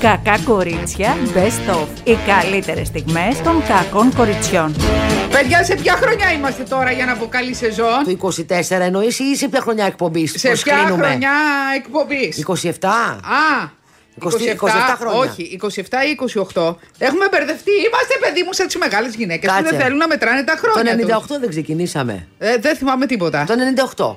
Κακά κορίτσια, best of. Οι καλύτερες στιγμές των κακών κοριτσιών. Παιδιά, σε ποια χρονιά είμαστε τώρα για να πω καλή σεζόν. Το 24 εννοείς ή σε ποια χρονιά εκπομπής. Σε πώς ποια κρίνουμε? χρονιά εκπομπής. 27. Α, 27 χρόνια. Όχι, 27 ή 28. Έχουμε μπερδευτεί. Είμαστε παιδί μου σαν τι μεγάλες γυναίκες που Κάτσε. δεν θέλουν να μετράνε τα χρόνια. Το 98 τους. δεν ξεκινήσαμε. Ε, δεν θυμάμαι τίποτα. Το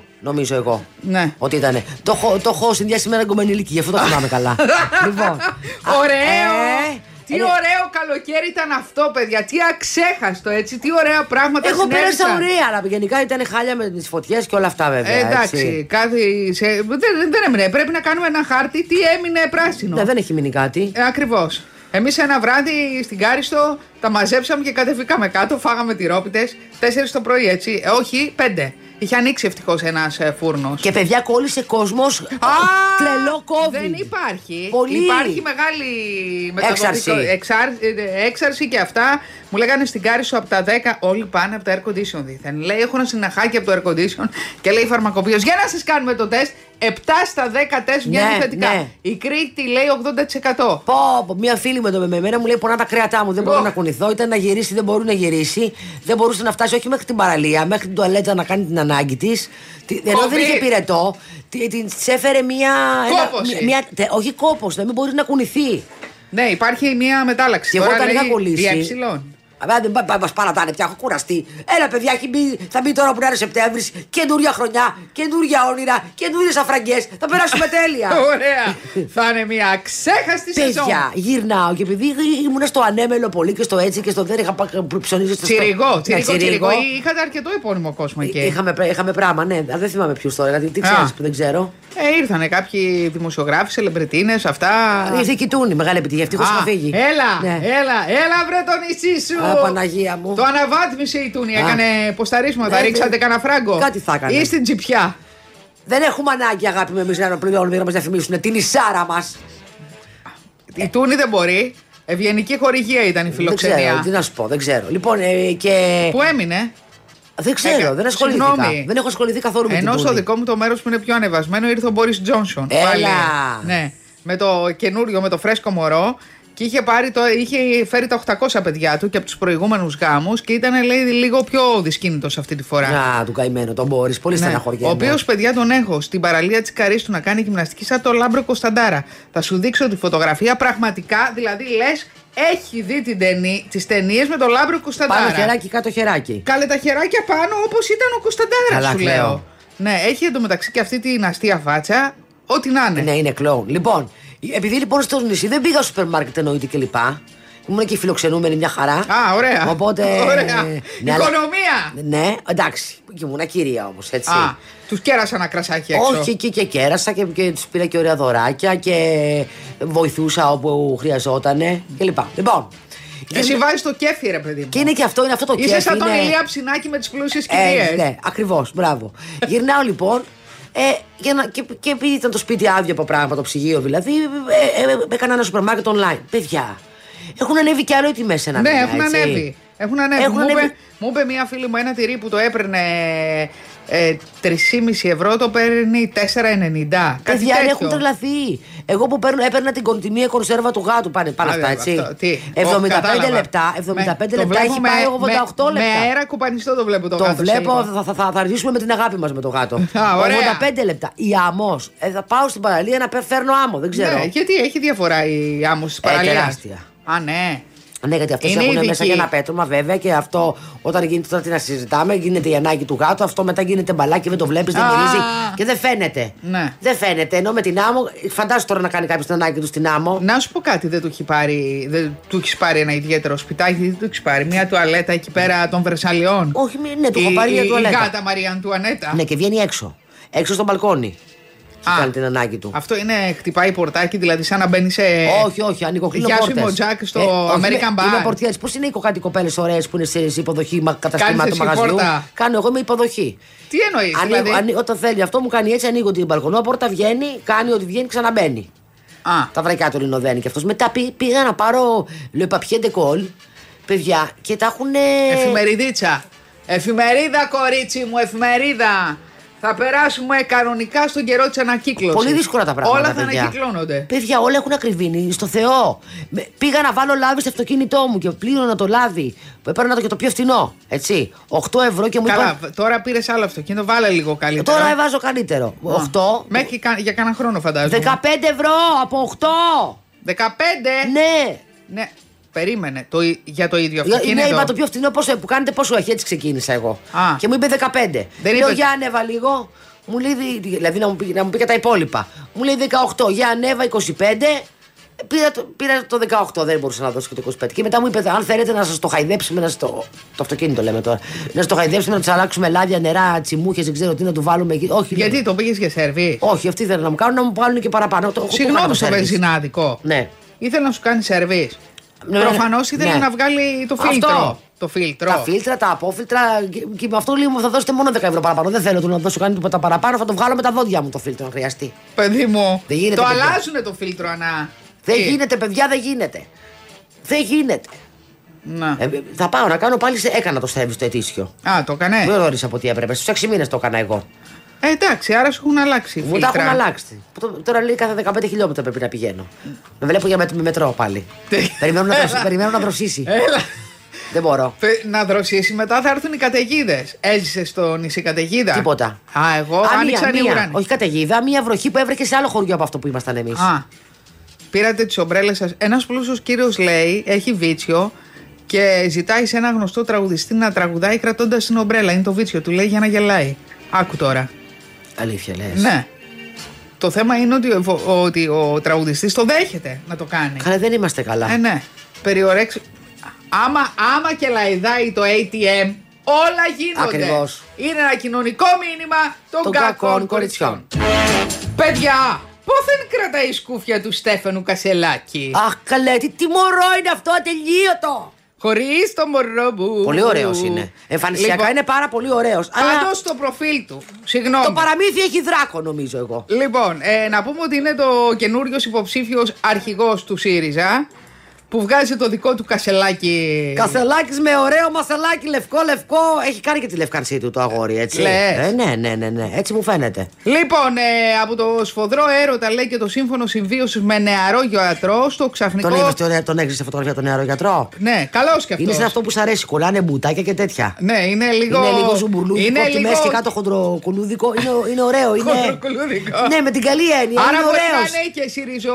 98, νομίζω εγώ. Ναι. Ότι ήταν. Το, έχω- το έχω συνδυάσει με ένα κομμενιλίκι, γι' αυτό το θυμάμαι καλά. λοιπόν. Α, Ωραίο! ε, τι ε, ωραίο καλοκαίρι ήταν αυτό, παιδιά. Τι αξέχαστο έτσι. Τι ωραία πράγματα Εγώ πέρασα συνέβησαν. ωραία, αλλά γενικά ήταν χάλια με τις φωτιές και όλα αυτά βέβαια. Ε, εντάξει, έτσι. κάθε, σε, δεν, δεν έμεινε. Πρέπει να κάνουμε ένα χάρτη τι έμεινε πράσινο. Ναι, δεν έχει μείνει κάτι. Ε, Ακριβώς. Εμείς ένα βράδυ στην Κάριστο τα μαζέψαμε και κατεβήκαμε κάτω, φάγαμε τυρόπιτες. 4 το πρωί, έτσι. Ε, όχι, πέντε. Είχε ανοίξει ε, ευτυχώς ένας φούρνος. Και παιδιά κόλλησε κόσμος. Τρελό κόβι. Δεν υπάρχει. Πολύ. Υπάρχει μεγάλη μεταδοτικό- Έξαρση. εξάρ- ε, έξαρση και αυτά. Μου λέγανε στην Κάρισο από τα 10 όλοι πάνε από τα air condition δίθεν. Λέει: Έχω ένα συναχάκι από το air condition και λέει φαρμακοποιός. Για να σας κάνουμε το τεστ. 7 στα 10 τεστ βγαίνουν Ναι, θετικά. ναι. Η Κρήτη λέει 80%. Πω, πω, μια φίλη με το με εμένα μου λέει πονά τα κρέατά μου. Δεν μπορώ Ωχ. να κουνηθώ. Ήταν να γυρίσει, δεν μπορούσε να γυρίσει. Δεν μπορούσε να φτάσει όχι μέχρι την παραλία, μέχρι την τουαλέτα να κάνει την ανάγκη της. Ενώ δεν Κόβει. είχε πυρετό, τη της έφερε μια. ένα- Κόπωση. μια- μια- τε- όχι κόπος, να μην μπορεί να κουνηθεί. Ναι, υπάρχει μία μετάλλαξη. Και εγώ Τώρα όταν είχα λέει κολλήσει. διαψηλών. Αλλά δεν μας παρατάνε πια, έχω κουραστεί. Έλα, παιδιά, έχει μπει, θα μπει τώρα που είναι Σεπτέμβρης. Καινούρια χρονιά, καινούρια όνειρα, καινούριες αφραγκέ. Θα περάσουμε τέλεια. Ωραία. Θα είναι μία αξέχαστη σεζόν. Παιδιά, γυρνάω και επειδή ήμουν στο ανέμελο πολύ και στο έτσι και στο δεν είχα πάει που ψωνίζω στο Τσιριγό, τσιριγό, Ναι, τσιριγό. Ε, τσιριγό. Ε, Είχατε αρκετό επώνυμο κόσμο εκεί. Είχαμε, πρέ- είχαμε πράγμα, ναι. Αλλά δεν θυμάμαι ποιους τώρα, γιατί τι Α. ξέρεις που δεν ξέρω. Ε, ήρθανε κάποιοι δημοσιογράφοι, σελεμπρετίνε, αυτά. Ήρθε η Κιτούνη, Δηλαδή μεγάλη επιτυχία. Ευτυχώς Α, είχα φύγει. Έλα, Ναι. έλα, έλα βρε το νησί σου. Α, Παναγία μου. Το αναβάθμισε η Τούνη, Α. έκανε ποσταρίσματα, Ε, ρίξατε δεν- κανένα φράγκο. Κάτι θα έκανε. Ή στην τσιπιά. Δεν έχουμε ανάγκη, αγάπη με εμείς να πληρώνουμε για να μας διαφημίσουν την ισάρα μας. Η Τούνη δεν μπορεί. Ευγενική χορηγία ήταν η Ε. Δεν ξέρω, τι φιλοξενία. να σου πω, δεν ξέρω. Λοιπόν, ε, και. Που έμεινε. Δεν ξέρω, Έκα- δεν ασχολήθηκα. Ε, Συγγνώμη. Δεν έχω ασχοληθεί καθόλου με την Ενώ στο Τούνη. δικό μου το μέρος που είναι πιο ανεβασμένο ήρθε ο Μπόρι Τζόνσον. Έλα. Πάλι. Ναι, με το καινούριο, με το φρέσκο μωρό. Και είχε, πάρει το, είχε φέρει τα 800 παιδιά του και από τους προηγούμενους γάμους και ήταν λέει, λίγο πιο δυσκίνητος αυτή τη φορά. Να, του καημένο, τον Μπόρι. Πολύ Ναι. Ο στεναχωριέμαι. οποίος, παιδιά, τον έχω στην παραλία της Καρίστου να κάνει γυμναστική σαν το Λάμπρο Κωνσταντάρα. Θα σου δείξω τη φωτογραφία. Πραγματικά, δηλαδή, λες, έχει δει τις ταινίες με το Λάμπρο Κωνσταντάρα. Πάνω χεράκι, κάτω χεράκι. Κάλε τα χεράκια πάνω όπως ήταν ο Κωνσταντάρας, Καλά, σου κλαίω. λέω. Ναι, έχει εντωμεταξύ και αυτή την αστεία φάτσα. Ό,τι να είναι. Ναι, είναι κλόουν. Λοιπόν, επειδή λοιπόν στο νησί δεν πήγα στο σούπερ μάρκετ εννοείται κλπ. Ήμουν και φιλοξενούμενη μια χαρά. Α, ωραία. Οπότε. Ωραία. Ναι, αλλά- Οικονομία. Ναι, εντάξει. Ήμουνα κυρία όμως, έτσι. Α, τους κέρασα ένα κρασάκι έξω. Όχι, εκεί και κέρασα και, και τους πήρα και ωραία δωράκια και βοηθούσα όπου χρειαζόταν κλπ. Λοιπόν. Εσύ βάζει το κέφι, ρε παιδί μου. Και είναι και αυτό, είναι αυτό το Είσαι κέφι, σαν τον είναι- Ηλία Ψινάκη με τις πλούσιες Ε, κυρίε. ναι, ακριβώς. Μπράβο. Γυρνάω λοιπόν. Ε, για να, και, και επειδή ήταν το σπίτι άδειο από πράγματα, το ψυγείο δηλαδή, ε, ε, ε, έκανα ένα σούπερ μάρκετ online. Παιδιά, έχουν ανέβει κι άλλο οι τιμές ένα Ναι, μήνα, έχουν έτσι. ανέβει. Έχουν ανέβει. Έχουν μου, ανέβει. Είπε, μου είπε μία φίλη μου ένα τυρί που το έπαιρνε ε, 3,5 ευρώ, το παίρνει 4,90. Κάτι Παιδιά, τέτοιο. έχουν τρελαθεί. Εγώ που παίρνω, έπαιρνα την κοντινή κονσέρβα του γάτου. Πάνε, πάνε Άδε, αυτά, έτσι. αυτό, τι, ο, 75 κατάλαβα. λεπτά, 75 Με- το λεπτά έχει βλέπουμε πάει 88 με- λεπτά. Με αέρα κουπανιστό το βλέπω το, Το γάτο σε βλέπω, λίγο. θα, θα, θα, θα αρχίσουμε με την αγάπη μας με το γάτο. Α, ωραία. 85 λεπτά. Η αμό. Ε, θα πάω στην παραλία να πε- φέρνω άμμο, δεν ξέρω. Ναι, γιατί έχει διαφορά η άμμος τη Ε, παραλία. τεράστια. Α, ναι. Ναι, γιατί αυτές Είναι έχουν ειδικοί. μέσα για ένα πέτρωμα, βέβαια, και αυτό όταν γίνεται τώρα τι να συζητάμε, γίνεται η ανάγκη του γάτου, αυτό μετά γίνεται μπαλάκι, δεν το βλέπεις, δεν Α. μυρίζει και δεν φαίνεται. Ναι. Δεν φαίνεται. Ενώ με την άμμο, φαντάζομαι τώρα να κάνει κάποιος την ανάγκη του στην άμμο. Να σου πω κάτι, δεν του έχει πάρει, δεν του έχεις πάρει ένα ιδιαίτερο σπιτάκι, δεν του έχεις πάρει μια τουαλέτα εκεί πέρα των Βερσαλιών. Όχι, μη- ναι, του έχω Η- πάρει μια η- τουαλέτα. Η γάτα Μαρία Αντουανέτα. Ναι, και βγαίνει έξω. Έξω στο μπαλκόνι. Και Α. κάνει την ανάγκη του. Αυτό είναι χτυπάει πορτάκι, δηλαδή σαν να μπαίνει σε. όχι, όχι, ανοίγω κλείνω Γιάσιμο πόρτες. Ε, Τζακ στο όχι, American είμαι- Bar. Είμαι πορτιέρης. Πώς είναι οι κοκάτι κοπέλες ωραίες που είναι σε σε υποδοχή μα- καταστημάτων εσύ μαγαζιού. πόρτα. Κάνω εγώ, είμαι υποδοχή. Τι εννοείς, Ανοίγω- δηλαδή. ανοί- όταν θέλει αυτό μου κάνει έτσι, ανοίγω την μπαλκονόπορτα, βγαίνει, κάνει ό,τι βγαίνει, ξαναμπαίνει. Α, Τα βρακιά του λινοδένει και αυτός. Μετά πή- πήγα να πάρω Le Papier de Colle, παιδιά, και τα έχουν. εφημεριδίτσα. Εφημερίδα, κορίτσι μου, εφημερίδα. Θα περάσουμε κανονικά στον καιρό της ανακύκλωσης. Πολύ δύσκολα τα πράγματα. Όλα θα παιδιά. ανακυκλώνονται. Παιδιά, όλα έχουν ακριβήνει. Στο Θεό. Με- Πήγα να βάλω λάδι στο αυτοκίνητό μου και πλήρωνα το λάδι. Παίρνα το και το πιο φθηνό. Έτσι. 8 ευρώ και μου Καλά, είπαν. τώρα πήρες άλλο αυτοκίνητο, βάλε λίγο καλύτερα. Τώρα εβάζω καλύτερο. 8. Μέχρι κα- για κανένα χρόνο φαντάζομαι. 15 ευρώ από 8. 15! Ε. Ναι. Ναι, περίμενε. Το, ι- για το ίδιο Λέω, Ναι, αυτοκίνητο. είπα το πιο φθηνό πόσο, που κάνετε πόσο έχει. Έτσι ξεκίνησα εγώ. Α. Και μου είπε 15. Δεν Λέω είπες- για ανέβα λίγο. Μου λέει, δι- δηλαδή να μου, πει, να μου πει και τα υπόλοιπα. Μου λέει 18, για ανέβα 25. Πήρα το, πήρα το 18, δεν μπορούσα να δώσω και το 25. Και μετά μου είπε, αν θέλετε να σας το χαϊδέψουμε, να σας το, το αυτοκίνητο λέμε τώρα. Να σας το χαϊδέψουμε, να τους αλλάξουμε λάδια, νερά, τσιμούχες, δεν ξέρω τι, να του βάλουμε εκεί. Όχι, λέω. Γιατί το πήγες για σερβί. όχι, αυτοί θέλουν να μου κάνουν, να μου βάλουν και παραπάνω. Το- το κάνω Συγγνώμη το στο service. βενζινάδικο. Ναι. Ήθελε να σου κάνει σερβίς. Ναι, Προφανώ ναι. ήθελε Ναι. να βγάλει το Αυτό. φίλτρο. Το φίλτρο. Τα φίλτρα, τα απόφιλτρα. Και, και με αυτό λέει μου θα δώσετε μόνο 10 ευρώ παραπάνω. Δεν θέλω του να δώσω κανένα τίποτα παραπάνω. Θα το βγάλω με τα δόντια μου το φίλτρο αν χρειαστεί. Παιδί μου. Δεν γίνεται, το παιδιά. αλλάζουνε το φίλτρο, Ανά. Ε, Δεν Τι? γίνεται, παιδιά, δεν γίνεται. Δεν γίνεται. Να. Ε, θα πάω να κάνω πάλι. Σε... Έκανα το service το ετήσιο. Α, το έκανες. Δεν γνώρισα από τι έπρεπε. Στους 6 μήνες το έκανα εγώ. Ε, εντάξει, άρα σου έχουν αλλάξει. Μου τα φίλτρα. έχουν αλλάξει. Τω- Τώρα λέει κάθε 15 χιλιόμετρα πρέπει να πηγαίνω. Με βλέπω για με με μετρό πάλι. Τι? περιμένω, να Έλα. δροσ- περιμένω να δροσίσει. Έλα. Δεν μπορώ. Θε- Να δροσίσει μετά θα έρθουν οι καταιγίδες. Έζησες στο νησί καταιγίδα. Τίποτα. Α, εγώ Α, άνοιξα μία, μία, ουράνη. όχι καταιγίδα, μία βροχή που έβρεχε σε άλλο χωριό από αυτό που ήμασταν εμείς. Α, πήρατε τις ομπρέλες σας. Ένας πλούσιος κύριος λέει, έχει βίτσιο και ζητάει σε ένα γνωστό τραγουδιστή να τραγουδάει κρατώντας την ομπρέλα. Είναι το βίτσιο του, λέει για να γελάει. Άκου τώρα. Αλήθεια λες. Ναι. Το θέμα είναι ότι ο, βο- ότι ο τραγουδιστής το δέχεται να το κάνει. Καλά, δεν είμαστε καλά. Ε, ναι. Περιορέξ... Άμα, άμα και λαϊδάει το ATM, όλα γίνονται. Ακριβώς. Είναι ένα κοινωνικό μήνυμα των, Των κακών κοριτσιών. Παιδιά, πόθεν κρατάει η σκούφια του Στέφανου Κασελάκη. Αχ, καλέ, τι, τι μωρό είναι αυτό, ατελείωτο! Χωρίς το μωρό μου. Πολύ ωραίος είναι. Εμφανισιακά Λοιπόν, είναι πάρα πολύ ωραίος. Αλλά Πάντως στο προφίλ του. Συγγνώμη. το παραμύθι έχει δράκο, νομίζω εγώ. Λοιπόν, ε, να πούμε ότι είναι το καινούριος υποψήφιος αρχηγός του ΣΥΡΙΖΑ που βγάζει το δικό του κασελάκι. Κασελάκι με ωραίο μασελάκι, λευκό, λευκό. Έχει κάνει και τη λευκανσή του το αγόρι, έτσι. Λες. Ε, ναι, ναι, ναι, ναι, έτσι μου φαίνεται. Λοιπόν, ε, από το σφοδρό έρωτα λέει και το σύμφωνο συμβίωσης με νεαρό γιατρό στο ξαφνικό. Τον είδες, τον, τον έχεις σε φωτογραφία τον νεαρό γιατρό. Ναι, καλός και αυτό. Είναι σαν αυτό που σ' αρέσει, κολλάνε μπουτάκια και τέτοια. Ναι, είναι λίγο. Είναι λίγο ζουμπουρλούδικο, Είναι από τη λίγο- μέση και κάτω χοντροκουλούδικο. Είναι, είναι ωραίο, είναι. Χοντροκουλούδικο. Ναι, με την καλή έννοια. Άρα είναι μπορεί ωραίος. να είναι και ΣΥΡΙΖΟ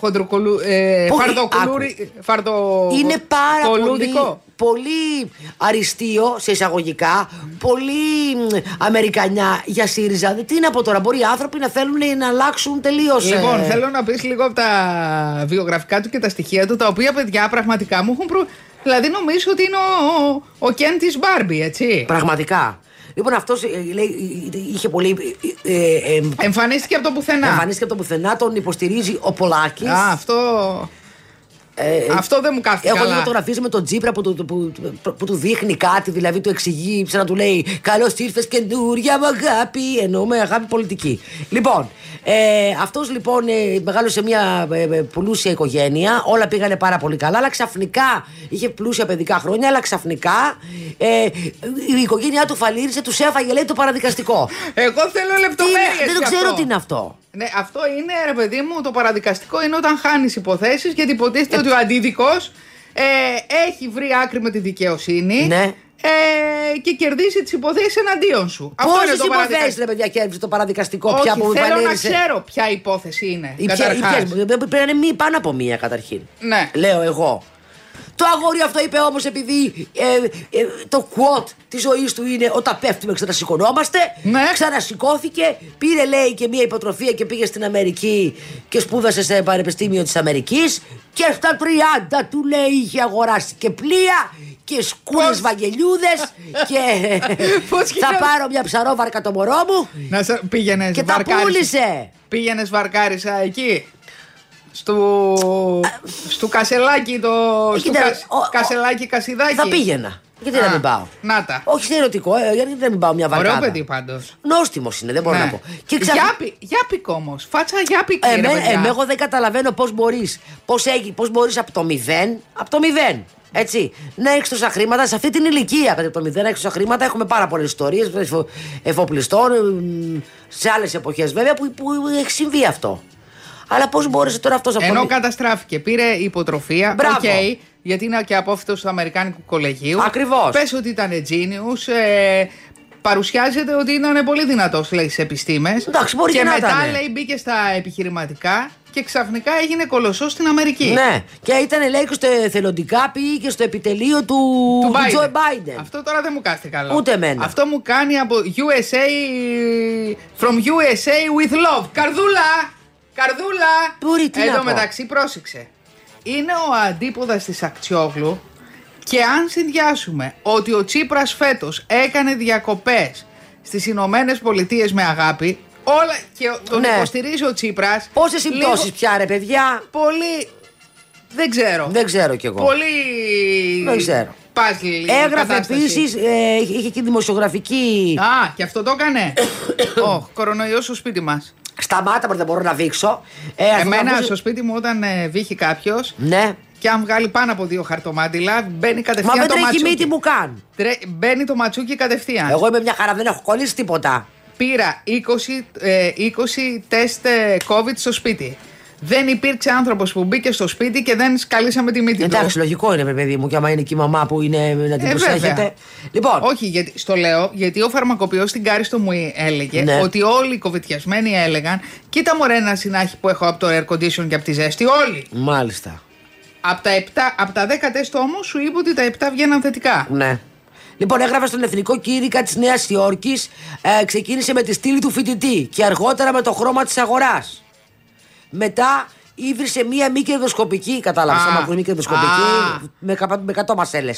χοντροκολού. Ε, Πολύ- φαρδοκουλούρι- φαρδο- Είναι πάρα πολύ, κολούδικο. πολύ αριστείο σε εισαγωγικά, πολύ μ, αμερικανιά για ΣΥΡΙΖΑ. Τι είναι από τώρα, μπορεί οι άνθρωποι να θέλουν να αλλάξουν ε, τελείω. Λοιπόν, θέλω να πεις λίγο από τα βιογραφικά του και τα στοιχεία του, τα οποία παιδιά πραγματικά μου έχουν προ... Δηλαδή, νομίζω ότι είναι ο, ο, ο Κέν της Μπάρμπι, έτσι. Πραγματικά. Λοιπόν, αυτός ε, είχε πολύ. ε, ε, ε, εμ, Εμφανίστηκε από το πουθενά. Εμφανίστηκε από το πουθενά, τον υποστηρίζει ο Ε, Πολάκης. Α, αυτό. αυτό δεν μου κάθεται Έχω δει καλά. φωτογραφίε με τον Τζίπρα που του, του- που, που- που του δείχνει κάτι, δηλαδή του εξηγεί, σαν να του λέει Καλώς ήρθες καινούρια μου αγάπη. Εννοούμε αγάπη πολιτική. Λοιπόν, ε, αυτός λοιπόν ε, μεγάλωσε μια ε, ε, πλούσια οικογένεια, όλα πήγανε πάρα πολύ καλά, αλλά ξαφνικά είχε πλούσια παιδικά χρόνια, αλλά ξαφνικά ε, η οικογένειά του φαλήρισε, τους έφαγε, λέει το παραδικαστικό. Εγώ θέλω Τι είναι- λεπτομέρειε. δεν το ξέρω τι είναι αυτό. Ναι, αυτό είναι, ρε παιδί μου, το παραδικαστικό είναι όταν χάνεις υποθέσεις γιατί υποτίθεται ότι ο αντίδικος ε, έχει βρει άκρη με τη δικαιοσύνη. Ναι. Ε, και κερδίζει τις υποθέσεις εναντίον σου. Αυτό είναι Πόσες το παραδικαστικό. υποθέσεις, ρε παιδιά, κέρδισε το παραδικαστικό, Όχι, πια που θέλω να φαλήρισε. ξέρω ποια υπόθεση είναι. Οι ποια- οι καταρχάς. ποιες- Πρέπει να είναι μη πάνω από μία καταρχήν. Ναι. Λέω εγώ. Το αγόρι αυτό είπε όμως επειδή ε, ε, το quote της ζωής του είναι όταν πέφτουμε ξανασηκωνόμαστε. Ναι. Ξανασηκώθηκε, πήρε λέει και μία υποτροφία και πήγε στην Αμερική και σπούδασε σε Πανεπιστήμιο της Αμερικής. Και στα 30 του λέει είχε αγοράσει και πλοία και σκούλε Πώς? βαγγελιούδες και. Πώς θα γινόταν? πάρω μια ψαρόβαρκα το μωρό μου Να σε, πήγαινες και τα πούλησε. Πήγαινες βαρκάρισα εκεί. Στο, στο κασελάκι το. Στο Ε, Κοίτα, κασ- ο- ο- κασελάκι κασιδάκι. Θα πήγαινα. Γιατί Α, να μην πάω. να τα. Όχι σε ερωτικό, ε, γιατί να μην πάω μια βαρκάδα. Ωραίο παιδί πάντως. Νόστιμος είναι, δεν μπορώ Ναι. να πω. Και ξαφ- Ε, Γιάπη, γιάπικο όμως. Φάτσα γιάπικη. Εμέ- ρε παιδιά. εμέ- εγώ δεν καταλαβαίνω πώς μπορείς. Πώς πώς μπορείς από το μηδέν, από το μηδέν, Έτσι, να έχεις τόσα χρήματα σε αυτή την ηλικία. Κατά το μηδέν, να έχεις τόσα χρήματα. Έχουμε πάρα πολλές ιστορίες εφοπλιστών, εμ, σε άλλες εποχές βέβαια που, που έχει συμβεί αυτό. Αλλά πώς μπόρεσε τώρα αυτός από Ενώ τον- καταστράφηκε, πήρε υποτροφία. Μπράβο. οκ, γιατί είναι και απόφυτο του Αμερικάνικου κολεγίου. Ακριβώς. Πες ότι ήταν genius. Ε, παρουσιάζεται ότι ήταν πολύ δυνατός, λέει, στι επιστήμες. Εντάξει, μπορεί και και να μετά, ήτανε. λέει, μπήκε στα επιχειρηματικά και ξαφνικά έγινε κολοσσός στην Αμερική. Ναι, και ήταν λέει και στο εθελοντικά πήγε και στο επιτελείο του, Του Biden. Τζο Μπάιντεν. Αυτό τώρα δεν μου κάθεται καλά. Ούτε εμένα. Αυτό μου κάνει από USA. From USA with love. Καρδούλα! Καρδούλα! Μπορεί, τι Εν να τω πω. μεταξύ, πρόσεξε. Είναι ο αντίποδας της Αξιόγλου και αν συνδυάσουμε ότι ο Τσίπρας φέτος έκανε διακοπές στις Ηνωμένες Πολιτείες με αγάπη, όλα και τον Ναι. υποστηρίζει ο Τσίπρας. Πόσες λίγο- συμπτώσεις πια, ρε παιδιά. Πολύ. Δεν ξέρω. Δεν ξέρω κι εγώ. Πολύ. Δεν ξέρω. Puzzle η Έγραφε κατάσταση. επίσης, είχε και δημοσιογραφική. Α, και αυτό το έκανε. Ωχ, κορονοϊός στο σπίτι μας. Σταμάτα, μωρέ, δεν μπορώ να δείξω. Ε, αυτό θα Εμένα μπορούσε- στο σπίτι μου όταν ε, βύχει κάποιος Ναι. και αν βγάλει πάνω από δύο χαρτομάτιλα, μπαίνει Μα κατευθείαν το δεν τρέχει η ματσούκι. μύτη μου καν. Τρε- Μπαίνει το ματσούκι κατευθείαν. Εγώ είμαι μια χαρά, δεν έχω κολλήσει τίποτα. Πήρα 20, ε, 20 τεστ ε, COVID στο σπίτι. Δεν υπήρξε άνθρωπος που μπήκε στο σπίτι και δεν σκαλίσαμε τη μύτη Εντάξει, του. λογικό είναι, ρε παιδί μου, και άμα είναι και η μαμά που είναι να την Ε, βέβαια. προσέχετε. Λοιπόν, Όχι, γιατί, στο λέω, γιατί ο φαρμακοποιός στην Κάριστο μου έλεγε Ναι. ότι όλοι οι κοβετιασμένοι έλεγαν: Κοίτα μωρέ ένα συνάχη που έχω από το air condition και από τη ζέστη. Όλοι. μάλιστα. Από τα, 7, από τα 10 τεστ όμως σου είπε ότι τα 7 βγαίναν θετικά. Ναι. Λοιπόν, έγραφε στον Εθνικό Κήρυκα της Νέας Υόρκης. Ε, ξεκίνησε με τη στήλη του φοιτητή και αργότερα με το χρώμα της αγοράς. Μετά ήβρισε μία μη κερδοσκοπική, κατάλαβες, Α. άμα ακούει μη κερδοσκοπική, Α. με, καπα- με κατό μασέλε.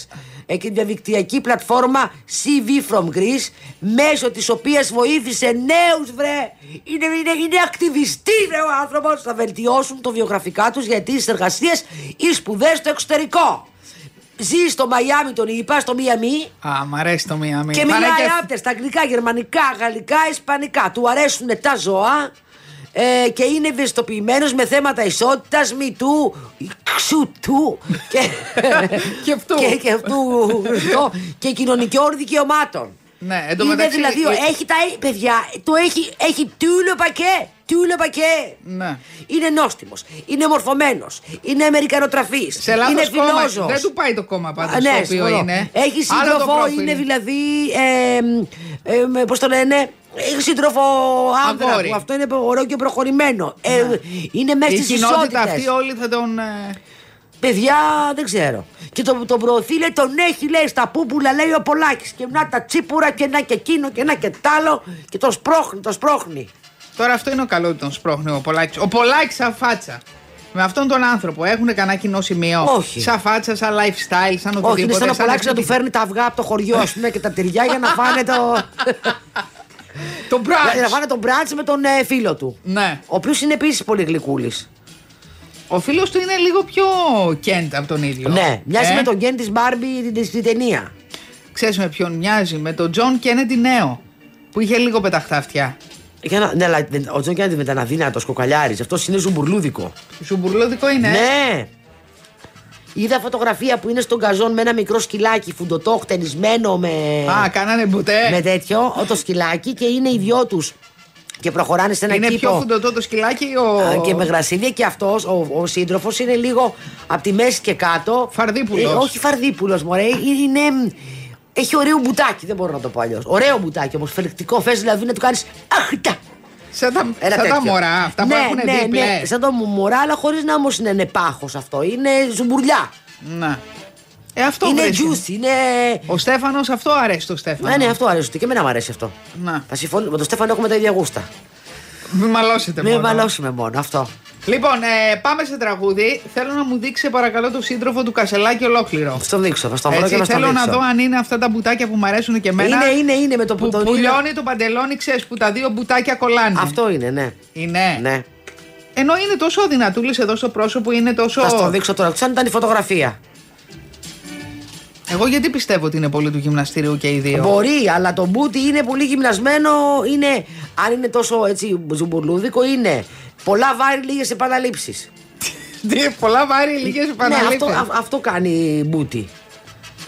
Ε, και τη διαδικτυακή πλατφόρμα CV from Greece, μέσω της οποίας βοήθησε νέους, βρε! Είναι, είναι, είναι ακτιβιστή, βρε ο άνθρωπος, να βελτιώσουν το βιογραφικά τους για αιτήσεις εργασία ή σπουδές στο εξωτερικό. Ζει στο Μαϊάμι, τον είπα, στο Μιαμί, Α, μ' αρέσει το μία μία. και μιλάει άπτε στα αγγλικά, γερμανικά, γαλλικά, ισπανικά. Του αρέσουν τα ζώα ε, και είναι ευαισθητοποιημένος με θέματα ισότητας, μητού, ξουτού και, Και αυτού. και, και, αυτού, αυτό, και κοινωνικών δικαιωμάτων. Ναι, εν τω είναι μεταξύ, δηλαδή, ε- έχει τα παιδιά, το έχει, έχει τούλο πακέ, τούλο πακέ. Ναι. Είναι νόστιμος, είναι μορφωμένος, είναι Αμερικανοτραφής. Σε λάθος είναι κόμμα. φιλόζωος. Δεν του πάει το κόμμα Α, πάντως ναι, το οποίο συμφωνώ. είναι. Έχει Άλλο το σύντροφο, προφίλ. είναι δηλαδή. Ε, ε, Πώς το λένε. Έχει σύντροφο άντρα. Αγόρι. Ναι. Που αυτό είναι ωραίο και προχωρημένο. Ε, είναι μέσα Η στις κοινότητα ισότητες. αυτή όλοι θα τον. ε, Παιδιά, δεν ξέρω. Και τον το προωθεί, λέει, τον έχει, λέει, στα πούπουλα, λέει ο Πολάκης. Και να τα τσίπουρα και να και εκείνο και να και τ' άλλο. Και τον σπρώχνει, τον σπρώχνει. Τώρα αυτό είναι ο καλό ότι τον σπρώχνει ο Πολάκης. Ο Πολάκης σαν φάτσα. Με αυτόν τον άνθρωπο έχουν κανένα κοινό σημείο. Όχι. Σαν φάτσα, σαν lifestyle, σαν οτιδήποτε. Όχι, είναι σαν να Πολάκη να του εθνική- φέρνει τα αυγά από το χωριό, ας πούμε, και τα τυριά για να φάνε το. Το για να μπράτς. φάνε τον μπράτς με τον ε, φίλο του. Ναι. Ο οποίος είναι επίσης πολύ γλυκούλης. Ο φίλος του είναι λίγο πιο κέντ από τον ίδιο. Ναι, μοιάζει Ε, με τον Γκέν τη Μπάρμπι τη- στην ταινία. Ξέρεις με ποιον μοιάζει, με τον Τζον Κέννεντι νέο. Που είχε λίγο πεταχτά αυτιά. Για να, ναι, αλλά δεν- ο Τζον Κένντι ήταν αδύνατος κοκαλιάρης. Αυτός είναι ζουμπουρλούδικο. Ζουμπουρλώδικο είναι. ε? Ναι. Είδα φωτογραφία που είναι στον καζόν με ένα μικρό σκυλάκι φουντοτό, χτενισμένο με, Α, ναι. κάνανε μπουτέ. Ναι. με τέτοιο. ό, Το σκυλάκι και είναι οι δυο τους. Και προχωράνε σε ένα είναι πιο κήπο. φουντοτό το σκυλάκι ο. α, Και με γρασίδια και αυτός, ο, ο σύντροφος, είναι λίγο από τη μέση και κάτω. Φαρδίπουλος. Ε, όχι φαρδίπουλος, μωρέ. Είναι. Έχει ωραίο μπουτάκι, δεν μπορώ να το πω αλλιώς. Ωραίο μπουτάκι όμως, φελεκτικό. Θες δηλαδή να του κάνεις. Αχτά! Σαν τα, Ένα σαν τα τέτοιο. μωρά αυτά που ναι, έχουν ναι, δίπλα. ε? ναι, σαν το μωρά, αλλά χωρίς να όμως είναι, είναι πάχο αυτό. Είναι ζουμπουρλιά. Να. Ε, αυτό είναι βρίσκει. juicy, είναι. Ο Στέφανος αυτό αρέσει το Στέφανο. Ναι, ναι, αυτό αρέσει. Και εμένα μου αρέσει αυτό. Να. Θα συμφωνήσω. Με τον Στέφανο έχουμε τα ίδια γούστα. Μην μαλώσετε Μην μόνο. μαλώσουμε μόνο αυτό. Λοιπόν, ε, πάμε σε τραγούδι. Θέλω να μου δείξει παρακαλώ το σύντροφο του Κασελάκη ολόκληρο. Θα στο δείξω, θα στο βρω Έτσι, και θα στο θέλω δείξω. να δω αν είναι αυτά τα μπουτάκια που μου αρέσουν και εμένα. Είναι, είναι, είναι με το που τον- πουλιώνει το παντελόνι, ξέρεις που τα δύο μπουτάκια κολλάνε. Αυτό είναι, ναι. Είναι. ναι. Ενώ είναι τόσο δυνατούλης εδώ στο πρόσωπο, είναι τόσο. Θα στο δείξω τώρα. Σαν ήταν η φωτογραφία. Εγώ γιατί πιστεύω ότι είναι πολύ του γυμναστήριου και οι δύο. Μπορεί, αλλά το μπούτι είναι πολύ γυμνασμένο. Είναι, αν είναι τόσο έτσι ζουμπουρλούδικο, είναι πολλά βάρη, λίγες επαναλήψεις. Τι, πολλά βάρη, λίγες Ναι, αυτό, επαναλήψεις. α- αυτό κάνει μπούτι.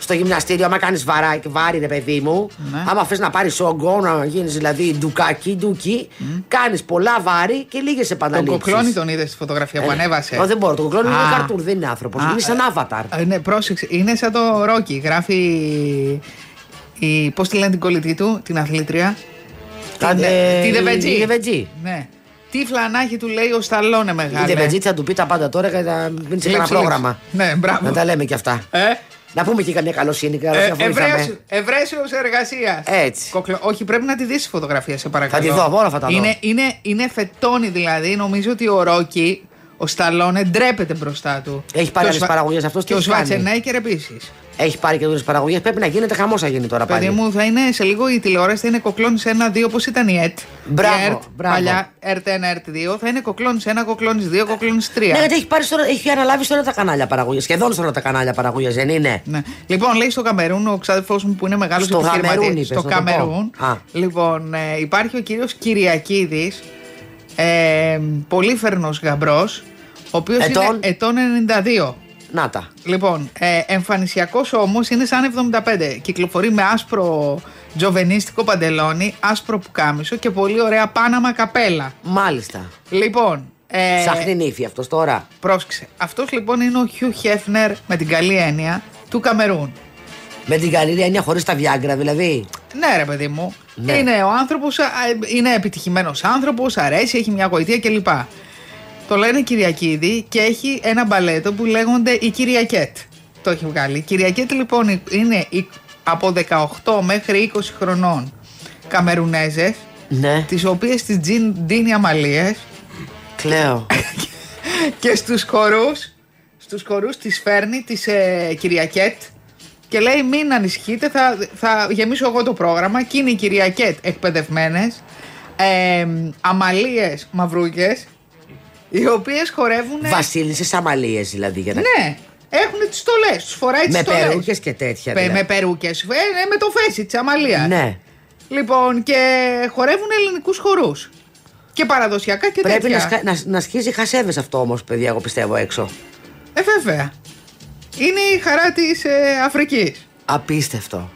Στο γυμναστήριο, άμα κάνεις βάρη, ρε παιδί μου, Ναι. άμα θες να πάρεις όγκο, να γίνεις δηλαδή ντουκάκι, ντουκι, κάνεις πολλά βάρη και λίγες Τον επαναλήψεις. κοκλώνη τον είδες στη φωτογραφία που ανέβασε. Ε, ναι. δεν μπορώ. Το κοκλώνει είναι Α. καρτούρ, δεν είναι άνθρωπος. Α, Είναι σαν ε, άβαταρ. ε, Ναι, πρόσεξε. Είναι σαν το Ρόκι. Γράφει. Η, πώς τη λένε την κολλητή του, την αθλήτρια. Τα- ναι. ε, Τη η Δεβετζή. Δεβετζή. Ναι. Τι φλανάκι του λέει ο Σταλόνε μεγάλο. Είτε βετζίτη θα του πει τα πάντα τώρα και θα μείνει σε Λείψη, ένα λείψη. πρόγραμμα. Ναι, μπράβο. Να τα λέμε και αυτά. Ε, Να πούμε και καμιά καλοσύνη, καλά, ε, να βοηθάμε. Ευρέσεω εργασίας. Έτσι. όχι, πρέπει να τη δεις φωτογραφία, σε παρακαλώ. Θα τη δω, όλα θα τα δω. Είναι, είναι, είναι φετόνι δηλαδή. Νομίζω ότι ο Ρόκι, ο Σταλόνε, ντρέπεται μπροστά του. Έχει πάρει Και ο άλλες Σβα- παραγωγές αυτός, τι Και ο έχει κάνει. Σβατσενέκερ επίσης. Έχει πάρει και δουλειέ παραγωγές. Πρέπει να γίνεται χαμός θα γίνει τώρα Παιδί πάλι. μου, θα είναι σε λίγο η τηλεόραση, θα είναι κοκλώνει σε ένα-δύο, όπως ήταν η ΕΤ. Μπράβο, η ΕΡΤ, μπράβο. παλιά, ΕΡΤ 1, ΕΡΤ 2, θα είναι κοκλώνει ένα, κοκλώνει δύο, κοκλώνει τρία. Ναι, γιατί έχει, πάρει τώρα, έχει αναλάβει σε όλα τα κανάλια παραγωγής. Σχεδόν σε όλα τα κανάλια παραγωγής, δεν είναι. Ναι. Λοιπόν, λέει στο Καμερούν ο ξάδελφός μου που είναι μεγάλος Στο Γαμερούν επιχειρηματία. είπες, Στο να το πω. Καμερούν. Α. Λοιπόν, ε, υπάρχει ο κύριος Κυριακίδης, ε, πολύ φερνός γαμπρός, ο οποίος είναι Ετών? ετών 92. Να τα. Λοιπόν, ε, εμφανισιακός όμως είναι σαν 75. Κυκλοφορεί με άσπρο τζοβενίστικο παντελόνι, άσπρο πουκάμισο και πολύ ωραία πάναμα καπέλα. Μάλιστα. Λοιπόν. Ε, Ψάχνει νύφη αυτός τώρα. Πρόσεξε. Αυτός λοιπόν είναι ο Χιου Χέφνερ με την καλή έννοια του Καμερούν. Με την καλή έννοια χωρίς τα βιάγκρα δηλαδή. Ναι, ρε παιδί μου. Ναι. Είναι ο άνθρωπος, είναι επιτυχημένος άνθρωπος, αρέσει, έχει μια γοητεία κλπ. Το λένε Κυριακίδη και έχει ένα μπαλέτο που λέγονται η Κυριακέτ. Το έχει βγάλει. Η Κυριακέτ λοιπόν είναι η- από 18 μέχρι 20 χρονών Καμερουνέζες, Ναι. τις οποίες τις Τζιν Αμαλίες Κλαίω. και στους χορούς στους χορούς τις φέρνει τις ε, Κυριακέτ και λέει μην ανησυχείτε θα, θα γεμίσω εγώ το πρόγραμμα και είναι οι Κυριακέτ εκπαιδευμένες ε, αμαλίες μαυρούκες οι οποίες χορεύουν Βασίλισσε αμαλίες δηλαδή για να. ναι έχουν τις στολές τους φοράει τις Με στολές περούκες και τέτοια. Πε- δηλαδή. με περούκες ε, ναι, με το φέση της αμαλίας Ναι. λοιπόν και χορεύουν ελληνικούς χορούς και παραδοσιακά και Πρέπει τέτοια να, σκα- να, να σχίζει χασέβες αυτό όμως, παιδιά, εγώ πιστεύω έξω. ε βέβαια είναι η χαρά της ε, Αφρικής Απίστευτο.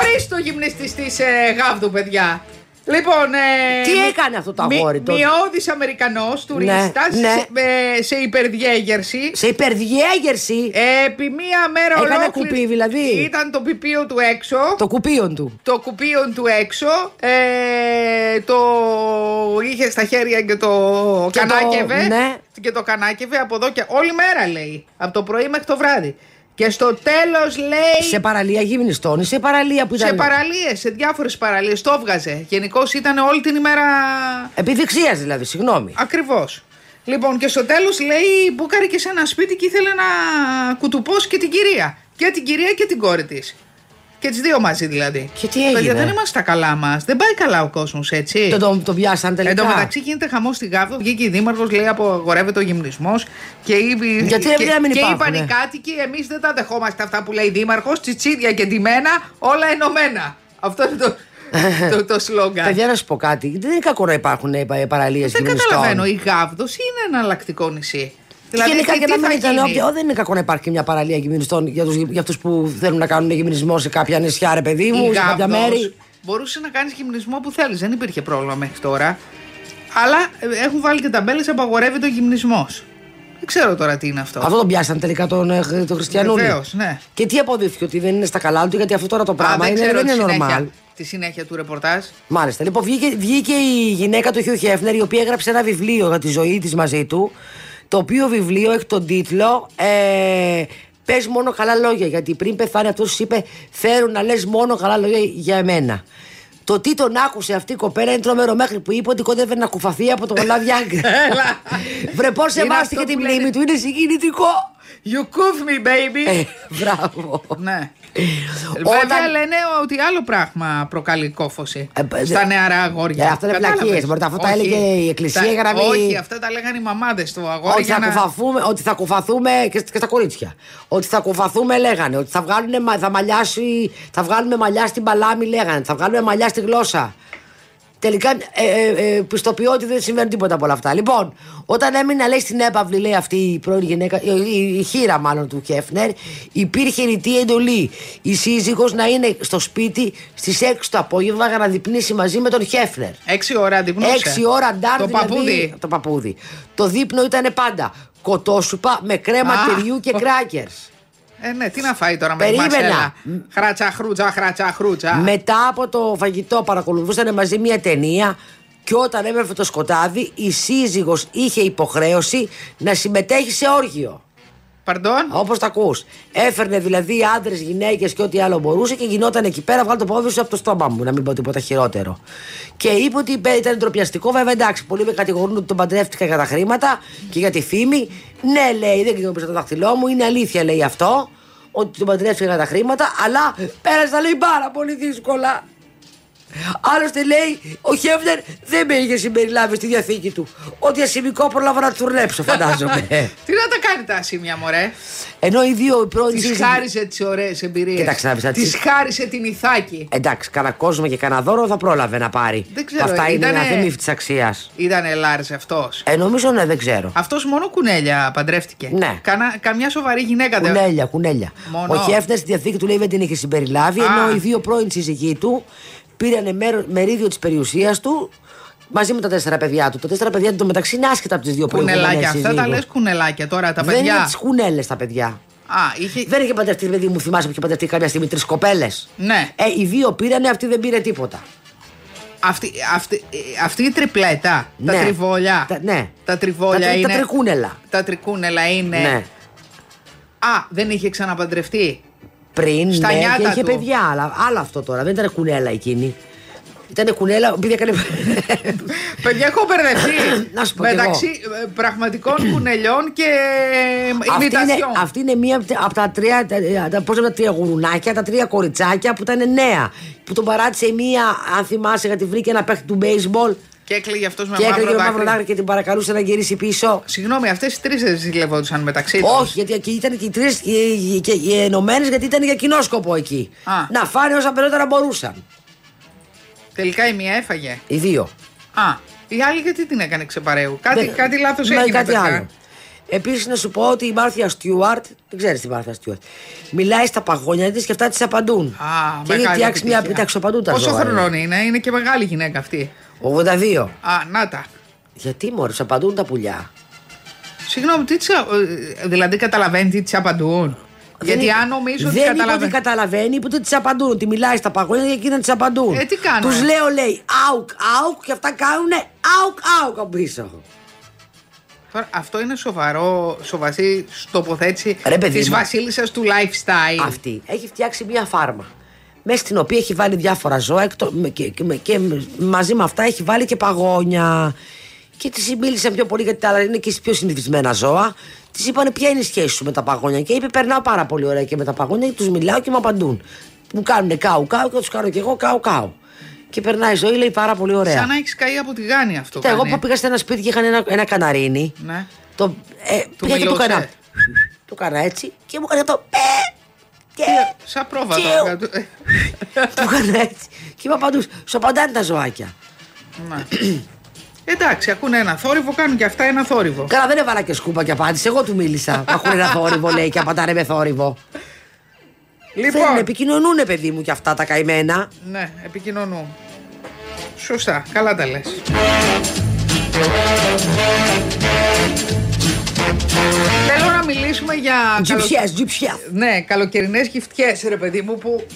Ορίστε ο γυμνιστή της ε, Γάβδου, παιδιά. Λοιπόν. Ε, Τι έκανε αυτό το αγόρι τότε? Μειώδης Αμερικανός τουρίστας Ναι, ναι. σε, ε, σε υπερδιέγερση. Ε, Σε ε, υπερδιέγερση Επί μία μέρα Έκανε ολόκληρη. κουπί, δηλαδή. Ήταν το πιπίο του έξω. Το, το κουπίον του. κουπίον του έξω. Ε, το είχε στα χέρια και το Και το- κανάκευε. ναι. Και το κανάκευε από εδώ και. Όλη μέρα λέει. Από το πρωί μέχρι το βράδυ. Και στο τέλος λέει. Σε παραλία γυμνιστών ή σε παραλία που ήταν. Ε, Σε παραλίες, σε διάφορες παραλίες. Το έβγαζε. Γενικώς ήταν όλη την ημέρα. Επιδεξία δηλαδή, συγγνώμη. Ακριβώς. Λοιπόν, και στο τέλος λέει: Μπούκαρε και σε ένα σπίτι και ήθελε να κουτουπώσει και την κυρία. Και την κυρία και την κόρη της. Και τις δύο μαζί δηλαδή. Και τι έγινε? Παιδιά, δεν είμαστε τα καλά μας. Δεν πάει καλά ο κόσμος, έτσι. Τον, τον, τον πιάσαν ε. Εν τελικά. τω μεταξύ γίνεται χαμός στη Γάβδο. Βγήκε η Δήμαρχος, λέει: Απογορεύεται ο γυμνισμός. Και, η- Γιατί, ρε, και, δεν μην και υπάρχουν, είπαν οι ε. κάτοικοι: Εμείς δεν τα δεχόμαστε αυτά που λέει η Δήμαρχος. Τσιτσίδια και ντυμένα, όλα ενωμένα. Αυτό είναι το, το, το σλόγγαν. Παιδιά, να σου πω κάτι. Δεν είναι κακό να υπάρχουν παραλίες δεν γυμνιστών. καταλαβαίνω. Η Γάβδος είναι ένα αλλακτικό νησί. Δηλαδή, Γενικά τι, και τι να μην θα ήταν. γίνει. όχι, ό, δεν είναι κακό να υπάρχει και μια παραλία γυμνιστών για, τους, για αυτούς που θέλουν να κάνουν γυμνισμό σε κάποια νησιά, ρε παιδί Η μου, σε κάποια Γάβδος μέρη. Μπορούσε να κάνεις γυμνισμό που θέλεις. Δεν υπήρχε πρόβλημα μέχρι τώρα. Αλλά ε, έχουν βάλει και ταμπέλες, απαγορεύεται ο γυμνισμός. Δεν ξέρω τώρα τι είναι αυτό. Αυτό τον πιάσαν τελικά τον, ε, τον Χριστιανούλη. Βεβαίως, ναι. Και τι αποδείχθηκε ότι δεν είναι στα καλά του, γιατί αυτό τώρα το πράγμα Α, δεν είναι, ξέρω δεν τη είναι συνέχεια- normal. Τη συνέχεια του ρεπορτάζ. Μάλιστα. Λοιπόν, βγήκε, βγήκε η γυναίκα του Χιου Χέφνερ, η οποία έγραψε ένα βιβλίο για τη ζωή της μαζί του. Το οποίο βιβλίο έχει τον τίτλο ε, Πες μόνο καλά λόγια. Γιατί πριν πεθάνει αυτός, σου είπε Θέλω να λες μόνο καλά λόγια για εμένα. Το τι τον άκουσε αυτή η κοπέλα είναι τρομερό μέχρι που είπε ότι κόντευε να κουφαθεί από το Λαβιά Έλα. Βρε Είναι πώ αυτό σεβάστηκε που την λένε. μνήμη του, είναι συγκινητικό. You cook me, Ε, baby. μπράβο. ναι. Όταν- Βέβαια λένε ότι άλλο πράγμα προκαλεί κόφωση Ε, παι- στα δε- νεαρά αγόρια. Ε, αυτά είναι Κατάλαβες. βλακίες, μωρέ, αυτά τα Όχι. έλεγε η εκκλησία Τα- για να μην- Όχι, αυτά τα λέγανε οι μαμάδες του αγόρι. Ότι θα, για να- κουφαθούμε, ότι θα κουφαθούμε και, σ- και στα κορίτσια. Ότι θα κουφαθούμε, λέγανε. Ότι θα, βγάλουνε, μα- θα, μαλλιάσει, θα βγάλουμε μαλλιά στην παλάμη, λέγανε. Θα βγάλουμε μαλλιά στη γλώσσα. Τελικά ε, ε, ε, πιστοποιώ ότι δεν συμβαίνουν τίποτα από όλα αυτά. Λοιπόν, όταν έμεινα, λέει στην έπαυλη, λέει αυτή η πρώην γυναίκα, η, η- η χείρα μάλλον του Χέφνερ, υπήρχε ρητή εντολή. Η σύζυγος να είναι στο σπίτι στις 6 το απόγευμα για να διπνήσει μαζί με τον Χέφνερ. Έξι ώρα αντιπνούσε. Έξι ώρα ντάρ, Το δηλαδή, παππούδι. το παππούδι. Το δείπνο ήταν πάντα κοτόσουπα με κρέμα Α. τυριού και κράκερς. Ε, ναι, τι να φάει τώρα με Περίμενα. μασέλα. Χράτσα χρούτσα, χράτσα χρούτσα. Μετά από το φαγητό παρακολουθούσαν μαζί μια ταινία και όταν έβρεφε το σκοτάδι η σύζυγος είχε υποχρέωση να συμμετέχει σε όργιο. Παρντών. Όπως τα ακούς. Έφερνε δηλαδή άντρες, γυναίκες και ό,τι άλλο μπορούσε και γινόταν εκεί πέρα. Βγάλω το πόδι σου από το στόμα μου, να μην πω τίποτα χειρότερο. Και είπε ότι είπε- ήταν ντροπιαστικό, βέβαια εντάξει. Πολλοί με κατηγορούν ότι τον παντρεύτηκα για τα χρήματα και για τη φήμη. Ναι, λέει, δεν κοινοποίησα το δάχτυλό μου, είναι αλήθεια λέει αυτό. Ότι τον παντρεύτηκα για τα χρήματα, αλλά πέρασα λέει πάρα πολύ δύσκολα. Άλλωστε λέει, ο Χέφνερ δεν με είχε συμπεριλάβει στη διαθήκη του. Ότι ασημικό πρόλαβα να τουρνέψω, φαντάζομαι. Τι να τα κάνει τα ασήμια, μωρέ. Ενώ οι δύο πρώην Τη σύζυγοι- χάρισε τις ωραίες εμπειρίες. Κοίταξε να δεις, Τη έτσι. χάρισε την Ιθάκη. Εντάξει, κανένα κόσμο και κανένα δώρο θα πρόλαβε να πάρει. Δεν ξέρω, Αυτά είναι ήτανε- ένα θεμήφι της αξίας. Ήταν Λάρης αυτός. Ε, νομίζω ναι, δεν ξέρω. Αυτός μόνο κουνέλια παντρεύτηκε. Ναι. Κανα- καμιά σοβαρή γυναίκα δεν. Κουνέλια, κουνέλια. Μόνο. Ο Χέφνερ στη διαθήκη του λέει δεν την είχε συμπεριλάβει, Α. ενώ οι δύο πρώην σύζυγοί του πήρανε μέρο- μερίδιο της περιουσίας του μαζί με τα τέσσερα παιδιά του. Τα τέσσερα παιδιά του το μεταξύ είναι άσχετα από τις δύο πρώην Κουνελάκια. Αυτά τα λες κουνελάκια τώρα τα Δεν είναι παιδιά. τις κουνέλες τα παιδιά. Α, είχε. Δεν είχε παντρευτεί, παιδί μου, θυμάσαι που είχε παντρευτεί κάποια στιγμή τρεις κοπέλες. Ναι. Ε, οι δύο πήρανε, αυτή δεν πήρε τίποτα. Αυτή, αυτή, αυτή η τριπλέτα. Τα Ναι. τριβόλια. Τα- ναι. Τα τριβόλια Τα τρι- τα είναι. τρικούνελα. Τα τρικούνελα είναι. ναι. Α, δεν είχε ξαναπαντρευτεί. Πριν Στα ναι, και νιάτα είχε του. παιδιά, αλλά άλλο αυτό τώρα. Δεν ήταν κουνέλα εκείνη. Ήταν κουνέλα, επειδή έκανε. Παιδιά, έχω μπερδευτεί Να σου πω κι εγώ. μεταξύ ε, πραγματικών κουνελιών και ε, αυτή, είναι, ημιτασιών. αυτή είναι μία από τα τρία, τα- τα, πώς λέμε, τα τρία γουρουνάκια, τα τρία κοριτσάκια που ήταν νέα. Που τον παράτησε μία, αν θυμάσαι, γιατί βρήκε ένα παίχτη του baseball Και έκλαιγε αυτός με και μαύρο έκλαιγε ο μαύρο δάκρυ. δάκρυ και την παρακαλούσε να γυρίσει πίσω. Συγγνώμη, αυτές οι τρεις δεν ζηλευόντουσαν μεταξύ τους. Όχι, γιατί εκεί ήταν και οι τρεις και οι ενωμένες, γιατί ήταν για κοινό σκοπό εκεί. Α. Να φάνε όσα περισσότερα μπορούσαν. Τελικά η μία έφαγε. Οι δύο. Α, η άλλη γιατί την έκανε ξεπαρέου. Κάτι, Δεν- κάτι λάθος Ναι, έγινε. κάτι παιδιά. άλλο. Επίσης να σου πω ότι η Μάρθια Στιούαρτ, δεν ξέρεις τη Μάρθια Στιούαρτ, μιλάει στα παγόνια της και αυτά της απαντούν. Α, και μεγάλη φτιάξεις μια επιτυχία. πιτάξω παντού τα Πόσο ζώα, ρε. χρονών είναι, είναι και μεγάλη γυναίκα αυτή. 82. Α, να τα. Γιατί μωρέ, τους απαντούν τα πουλιά. Συγγνώμη, τι της, α- ε, δηλαδή καταλαβαίνει τι τη απαντούν. Δεν Γιατί είπε- αν νομίζω ότι δεν είπε ότι καταλαβαίνει. καταλαβαίνει, που δεν τη απαντούν. Ότι μιλάει στα παγόνια και εκείνα τη απαντούν. Ε, τι κάνουνε. Τους λέω, λέει, αουκ, αουκ, και αυτά κάνουν αουκ, αουκ από πίσω. Τώρα, αυτό είναι σοβαρό, σοβαρή τοποθέτηση Ρε, παιδί της μου. βασίλισσας του lifestyle. αυτή έχει φτιάξει μια φάρμα. Μέσα στην οποία έχει βάλει διάφορα ζώα εκτο- με- και, και, με- και μαζί με αυτά έχει βάλει και παγόνια. Και τη μίλησαν πιο πολύ γιατί τα άλλα είναι και πιο συνηθισμένα ζώα. Της είπαν ποια είναι η σχέση σου με τα παγόνια. Και είπε: Περνάω πάρα πολύ ωραία και με τα παγόνια και τους μιλάω και μου απαντούν. Μου κάνουν κάου κάου και τους κάνω και εγώ κάου κάου. Και περνάει η ζωή, λέει πάρα πολύ ωραία. Σαν να έχεις καεί από τη γάνη αυτό. Κοίτα, εγώ κάνει. που πήγα σε ένα σπίτι και είχαν ένα, ένα καναρίνι. Ναι. Το, ε, πήγα και το μιλούσε. κανά. Το κανά έτσι και μου έκανε το. Πε! Και. Σαν πρόβατο. Τσιου. Ε, Του έκανα έτσι. Και είπα παντού, σου απαντάνε τα ζωάκια. ναι. Εντάξει, ακούνε ένα θόρυβο, κάνουν και αυτά ένα θόρυβο. Καλά, δεν έβαλα και σκούπα και απάντησε. Εγώ του μίλησα. Ακούνε ένα θόρυβο, λέει, και απαντάνε με θόρυβο. Λοιπόν, Θέλουν, επικοινωνούν, παιδί μου, και αυτά τα καημένα. ναι, επικοινωνούν. Σωστά, καλά τα λες. Θέλω να μιλήσουμε για... Τζιψιά, τζιψιάς. Ναι, καλοκαιρινές γυφτιές, ρε παιδί μου, που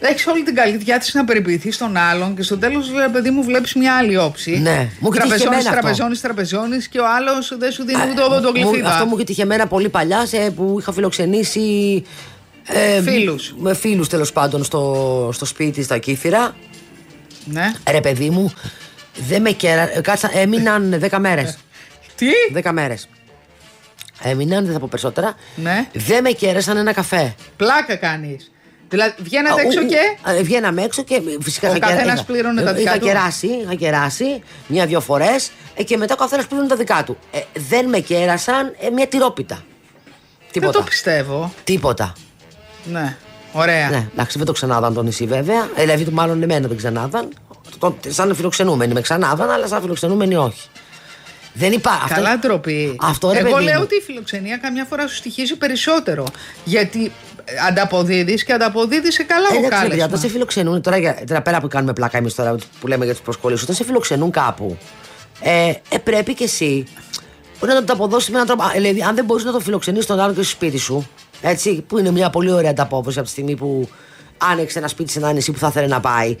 έχεις όλη την καλή διάθεση να περιποιηθείς τον άλλον και στο τέλος, ρε παιδί μου, βλέπεις μια άλλη όψη. Ναι, μου έχει τύχει και εμένα Τραπεζώνει, αυτό. τραπεζώνεις, τραπεζώνεις και ο άλλος δεν σου δίνει ούτε Ε, το Μου- Αυτό μου είχε τύχει εμένα πολύ παλιάς σε, που είχα φιλοξενήσει. Ε, Φίλους. Με φίλους τέλος πάντων στο, στο σπίτι, στα κύφυρα. Ναι. Ρε, παιδί μου, δεν με κέρα. ε, Κάτσα, έμειναν 10 μέρες. Τι. 10 μέρε. Έμειναν, δεν θα πω περισσότερα. Ναι. Δεν με κέρασαν ένα καφέ. Πλάκα κάνεις. Δηλαδή, βγαίνατε Α, έξω ου, και. ου, ε, Βγαίναμε έξω και ε, φυσικά Ο είχα κερα- καθένας είχα- πλήρωνε τα δικά είχα του. Κεράσει, είχα κεράσει μια-δυο φορές και μετά ο καθένας πλήρωνε τα δικά του. Ε, δεν με κέρασαν ε, μια τυρόπιτα. Δεν Τίποτα. το πιστεύω. Τίποτα. Ναι. Ωραία. Ναι, εντάξει, δεν το ξανάδαν το νησί βέβαια. Ε, δηλαδή, το μάλλον εμένα δεν ξανάδαν. το- σαν φιλοξενούμενη. Με ξανάβανα, αλλά σαν φιλοξενούμενη όχι. Δεν υπάρχει. Καλά ντροπή. Αυτό ρε Εγώ παιδί λέω μου. ότι η φιλοξενία καμιά φορά σου στοιχίζει περισσότερο. Γιατί ανταποδίδεις και ανταποδίδεις σε καλά Ε, ο Εντάξει, ρε παιδιά, κάλεσμα. όταν σε φιλοξενούν. Τώρα, για, τώρα πέρα που κάνουμε πλάκα εμείς τώρα που λέμε για τους προσκολεί, όταν σε φιλοξενούν κάπου, ε, ε, πρέπει και εσύ μπορεί να το αποδώσει με έναν τρόπο. Α, Δηλαδή, αν δεν μπορείς να το φιλοξενείς τον άλλον και στο σπίτι σου, έτσι, που είναι μια πολύ ωραία ανταπόδοση από τη στιγμή που άνοιξε ένα σπίτι σε ένα νησί που θα ήθελε να πάει.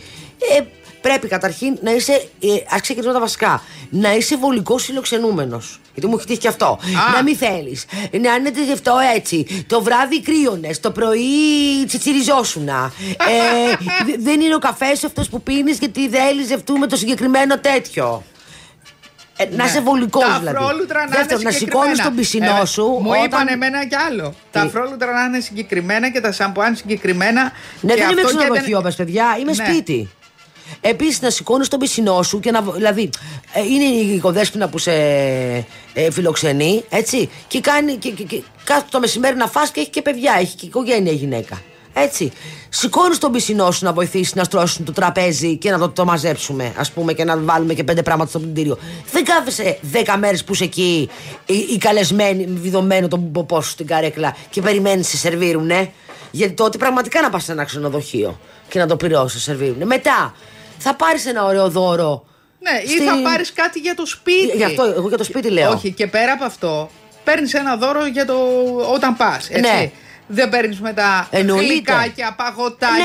Ε, πρέπει καταρχήν να είσαι. Ε, Ας ξεκινήσουμε τα βασικά. Να είσαι βολικός φιλοξενούμενο. Γιατί μου έχει τύχει και αυτό. Να μην θέλεις. Να είναι αυτό έτσι. Το βράδυ κρύωνες. Το πρωί τσιτσιριζόσουνα. Ε, δε- δεν είναι ο καφές αυτός που πίνεις γιατί δεν έλυζε αυτού με το συγκεκριμένο τέτοιο. Ε, Να Ναι. είσαι βολικός Τα δηλαδή. αφρόλουτρα να Δεύτερον, είναι να σηκώνει συγκεκριμένα. τον πισινό Ε, σου. Μου όταν- είπαν εμένα κι άλλο. Τα αφρόλουτρα να είναι συγκεκριμένα και τα σαμπουάν συγκεκριμένα. Ναι, και δεν είμαι αυτό και ξενοδοχείο, πες, παιδιά, είμαι Ναι. σπίτι. Επίσης, να σηκώνεις τον πισινό σου και να. β- Δηλαδή, ε, είναι η οικοδέσπινα που σε ε, φιλοξενεί, έτσι. Και, κάνει, και, και, και κάθεται το μεσημέρι να φας και έχει και παιδιά, έχει και οικογένεια η γυναίκα. Έτσι. Σηκώνεις τον πισινό σου να βοηθήσεις να στρώσουν το τραπέζι και να το, το μαζέψουμε, ας πούμε, και να βάλουμε και πέντε πράγματα στο πλυντήριο. Δεν κάθεσαι δέκα μέρες που είσαι εκεί, η, η καλεσμένη, βιδωμένο τον ποπό σου στην καρέκλα και περιμένεις σε σερβίρουνε. Γιατί τότε πραγματικά να πας σε ένα ξενοδοχείο και να το πληρώσεις, σερβίρουνε. Μετά θα πάρεις ένα ωραίο δώρο. Ναι, ή στη- θα πάρεις κάτι για το σπίτι. Γι' αυτό εγώ για το σπίτι λέω. Όχι, και πέρα από αυτό, παίρνεις ένα δώρο για το όταν πας. Ναι. Δεν παίρνεις μετά Εννοείται. γλυκάκια, παγωτάκια,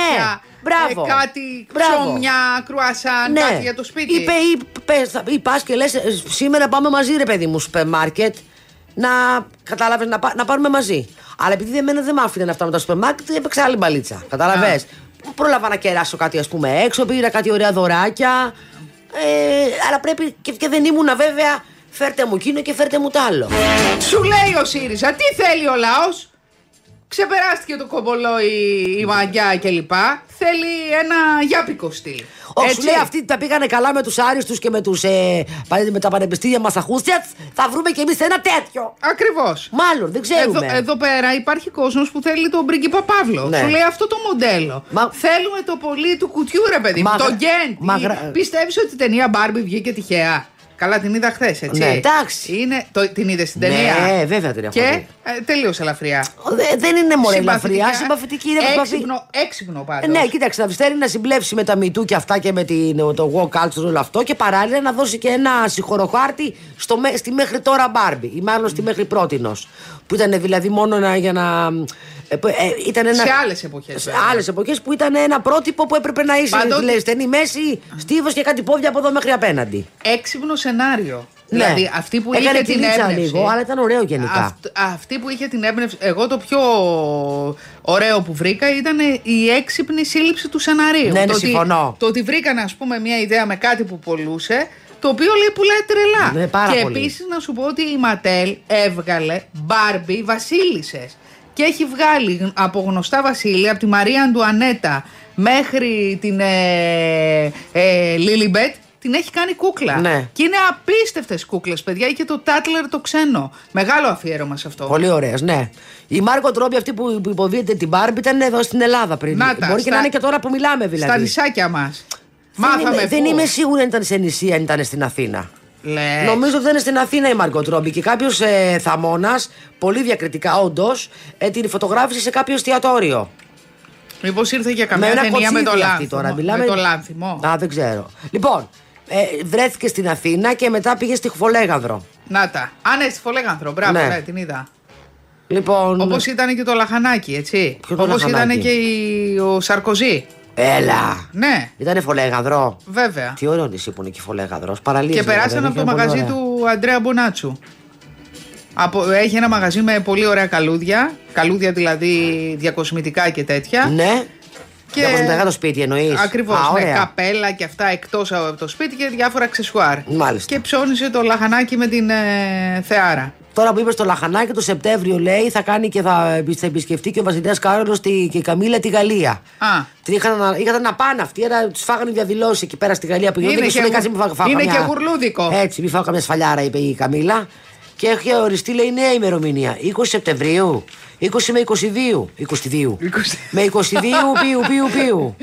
Ναι, μπράβο. ε, κάτι Μπράβο. Ναι. ψωμιά, κρουασάν, κάτι για το σπίτι. Ή, πε- ή, πες- θα- ή πας και λες, σήμερα πάμε μαζί, ρε παιδί μου, σούπερ μάρκετ. Να κατάλαβες να, πα- να πάρουμε μαζί. Αλλά επειδή εμένα δεν μ' άφηναν αυτά με τα σούπερ μάρκετ, έπαιξα άλλη μπαλίτσα. Κατάλαβες. Πρόλαβα να κεράσω κάτι, ας πούμε, έξω, πήρα κάτι ωραία δωράκια. Ε, αλλά πρέπει και, και δεν ήμουνα βέβαια, φέρτε μου εκείνο και φέρτε μου τ' άλλο. Σου λέει ο ΣΥΡΙΖΑ, τι θέλει ο λαός. Ξεπεράστηκε το κομπολό η, η μαγιά κλπ. Θέλει ένα γιάπικο στυλ. Όχι, σου Έτσι. λέει αυτοί τα πήγανε καλά με τους άριστους και με, τους, ε, πα- με τα πανεπιστήμια Μασαχούσια. Θα βρούμε κι εμείς ένα τέτοιο. Ακριβώς. Μάλλον, δεν ξέρουμε. Εδώ, εδώ πέρα υπάρχει κόσμος που θέλει τον πρίγκιπα Παύλο. Ναι. Σου λέει αυτό το μοντέλο. Μα- Θέλουμε το πολύ του κουτιού, ρε παιδί μου. Μα- Το γκέντ. Μα- γρα- Πιστεύεις ότι η ταινία Μπάρμπι βγήκε τυχαία. Καλά, την είδα χθες, έτσι. Ναι, εντάξει. Είναι, το, την είδες την Ναι, ταινία. βέβαια την έχω Και δει. ε, τελείω ελαφριά. Δε- δεν είναι μόνο Συμπαθητικά. ελαφριά, συμπαθητική είναι προσπαθεί. Έξυπνο, έξυπνο πάντως. Ναι, κοίταξε, να θέλει να συμπλέψει με τα μυτού και αυτά και με την, το walk culture όλο αυτό και παράλληλα να δώσει και ένα συγχωροχάρτη στο, μέ- στη μέχρι τώρα Μπάρμπι ή μάλλον στη μέχρι πρότινος που ήταν δηλαδή μόνο να, για να... ε, που, ε, ήταν ένα, Σε άλλες εποχές, Σε βέβαια. άλλες εποχές που ήταν ένα πρότυπο που έπρεπε να είσαι Πάντοτε- δηλαδή, στενή μέση, στίβος και κάτι πόδια από εδώ μέχρι απέναντι. Έξυπνο σενάριο. Ναι. Δηλαδή αυτή που Έκανε είχε την κυλίτσα έμπνευση. λίγο, αλλά ήταν ωραίο γενικά. Αυτ- αυτή που είχε την έμπνευση. Εγώ το πιο ωραίο που βρήκα ήταν η έξυπνη σύλληψη του σεναρίου. Ναι, ναι, το, ότι, συμφωνώ. το ότι βρήκαν, ας πούμε, μια ιδέα με κάτι που πολλούσε, το οποίο λέει πουλάει τρελά. Ναι, πάρα και πολύ. επίσης να σου πω ότι η Ματέλ έβγαλε Μπάρμπι Βασίλισσες. Και έχει βγάλει γν- από γνωστά Βασίλεια, από τη Μαρία Αντουανέτα μέχρι την ε, ε, Λίλιμπετ, την έχει κάνει κούκλα. Ναι. Και είναι απίστευτες κούκλες, παιδιά. Είχε το Τάτλερ το ξένο. Μεγάλο αφιέρωμα σε αυτό. Πολύ ωραίο, ναι. Η Μάρκο Τρόμπι, αυτή που που υποδίεται την Μπάρμπι, ήταν εδώ στην Ελλάδα πριν. Να τα, Μπορεί και στα- να είναι και τώρα που μιλάμε δηλαδή. Στα νησάκια μας. Δεν Μάθαμε είμαι- Δεν πού. είμαι σίγουρη αν ήταν σε νησί, αν ήταν στην Αθήνα. Λες. Νομίζω ότι ήταν στην Αθήνα η Μάρκο Τρόμπι και κάποιος ε, θαμώνας, πολύ διακριτικά όντως, ε, την φωτογράφησε σε κάποιο εστιατόριο. Μήπως ήρθε για καμιά ταινία με το κοτσίδι αυτή λάνθιμο. Τώρα, μιλάμε... Με το λάνθιμο. Α, δεν ξέρω. Λοιπόν, ε, βρέθηκε στην Αθήνα και μετά πήγε στη Χβολέγανδρο. Να τα. Α, ναι, στη Φολέγανθρο. Μπράβο, Ναι. ναι, την είδα. Λοιπόν. Όπως ήταν και το λαχανάκι, έτσι. Ποιο το Όπως ήταν λαχανάκι? και η... ο Σαρκοζή. Έλα! Ναι, Ήτανε Φολέγανδρο. βέβαια. Τι ωραίο νησί που είναι και η Φολέγανδρος. Παραλίες. Και βέβαια, περάσανε δεν από το είναι πολύ μαγαζί ωραία. του Αντρέα Μπονάτσου. Από, έχει ένα μαγαζί με πολύ ωραία καλούδια. Καλούδια δηλαδή διακοσμητικά και τέτοια. Ναι. ε. Και- ναι, Και... Για το σπίτι εννοείς. Ακριβώς. Με καπέλα και αυτά εκτός από το σπίτι και διάφορα αξεσουάρ. Μάλιστα. Και ψώνισε το λαχανάκι με την ε, Θεάρα. Τώρα που είπε στο Λαχανάκι, το Σεπτέμβριο λέει θα κάνει και θα, επι- θα επισκεφτεί και ο Βασιλιά Κάρολο και η Καμίλα τη Γαλλία. Α. Την είχαν, να- είχαν να πάνε αυτοί, αλλά τους φάγανε διαδηλώσεις εκεί πέρα στη Γαλλία που Είναι γινόταν και και σου λέει γου- κάτσε μη φάω- φάω είναι καμιά- και γουρλούδικο. Έτσι, μη φάω καμιά σφαλιάρα, είπε η Καμίλα. Και έχει οριστεί, λέει, νέα ημερομηνία. 20 Σεπτεμβρίου. 20 με 22. 22. 20. με 22 πιου πιου πιου.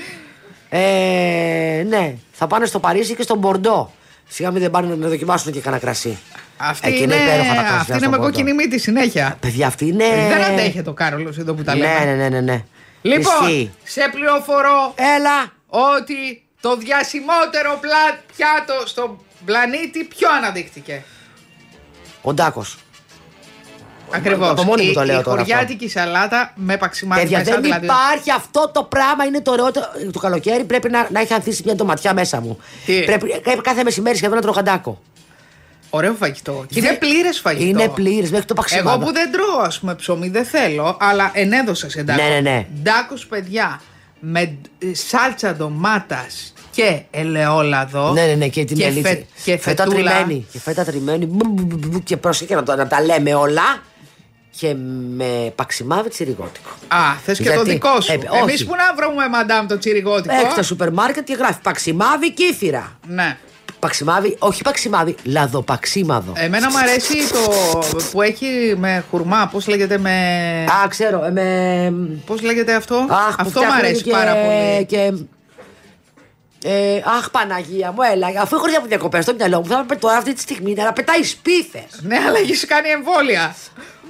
Ε, ναι, θα πάνε στο Παρίσι και στον Μπορντό. Σιγά μην δεν πάνε να δοκιμάσουν και κανένα κρασί. Αυτή Εκεί είναι, Ε, υπέροχα τα κρασιά αυτή είναι στον με Μπορντό. κόκκινη μύτη συνέχεια. Παιδιά, αυτή είναι. Δεν αντέχεται ο Κάρολος εδώ που τα λέμε. Ε. Ναι, ναι, ναι, ναι. ναι. Λοιπόν, Ισχύει. σε πληροφορώ Έλα. ότι το διασημότερο πλα- πιάτο στον πλανήτη ποιο αναδείχθηκε. Ο Ντάκος. Ακριβώς. από μόνη μου το λέω η τώρα αυτό. χωριάτικη σαλάτα με παξιμάδι Παιδιά, μέσα, δεν δηλαδή. υπάρχει αυτό το πράγμα. Είναι το ωραιότερο. Το καλοκαίρι πρέπει να, να έχει ανθίσει μια ντοματιά μέσα μου. Τι? Πρέπει, πρέπει κάθε μεσημέρι σχεδόν να τρώω χαντάκο. Ωραίο φαγητό. Και είναι Δεν- πλήρες φαγητό. Είναι πλήρες μέχρι το παξιμάδο. Εγώ που δεν τρώω, ας πούμε, ψωμί, δεν θέλω, αλλά ενέδωσα σε ντάκο. Ναι, ναι, ναι. Ντάκος, παιδιά, με ε, σάλτσα ντομάτας και ελαιόλαδο. Ναι, ναι, ναι, και την και, ελίτσα. φε, και φέτα φετούλα. τριμμένη. Και φέτα τριμμένη. Μπου, μπου, μπου, μπου, Και προσέχει να, τα- να τα λέμε όλα. Και με παξιμάδι τσιριγότικο. Α, θες και το Γιατί- δικό σου. Ε, όχι. Εμεί που να βρούμε, μαντάμ, το τσιριγότικο. Έχει τα σούπερ μάρκετ και γράφει παξιμάδι κύθυρα. Ναι. Παξιμάδι, όχι παξιμάδι, λαδοπαξίμαδο. Εμένα μου αρέσει το που έχει με χουρμά, πώς λέγεται με. Α, ξέρω. ε, με... Πώς λέγεται αυτό. Αχ, που αυτό μου φτιάχνουν αρέσει και- πάρα πολύ. Και... Ε, αχ, Παναγία μου, έλα. Αφού έχω έρθει από διακοπές στο μυαλό μου, θα με τώρα αυτή τη στιγμή να πετάει σπίθες. Ναι, αλλά έχεις κάνει εμβόλια.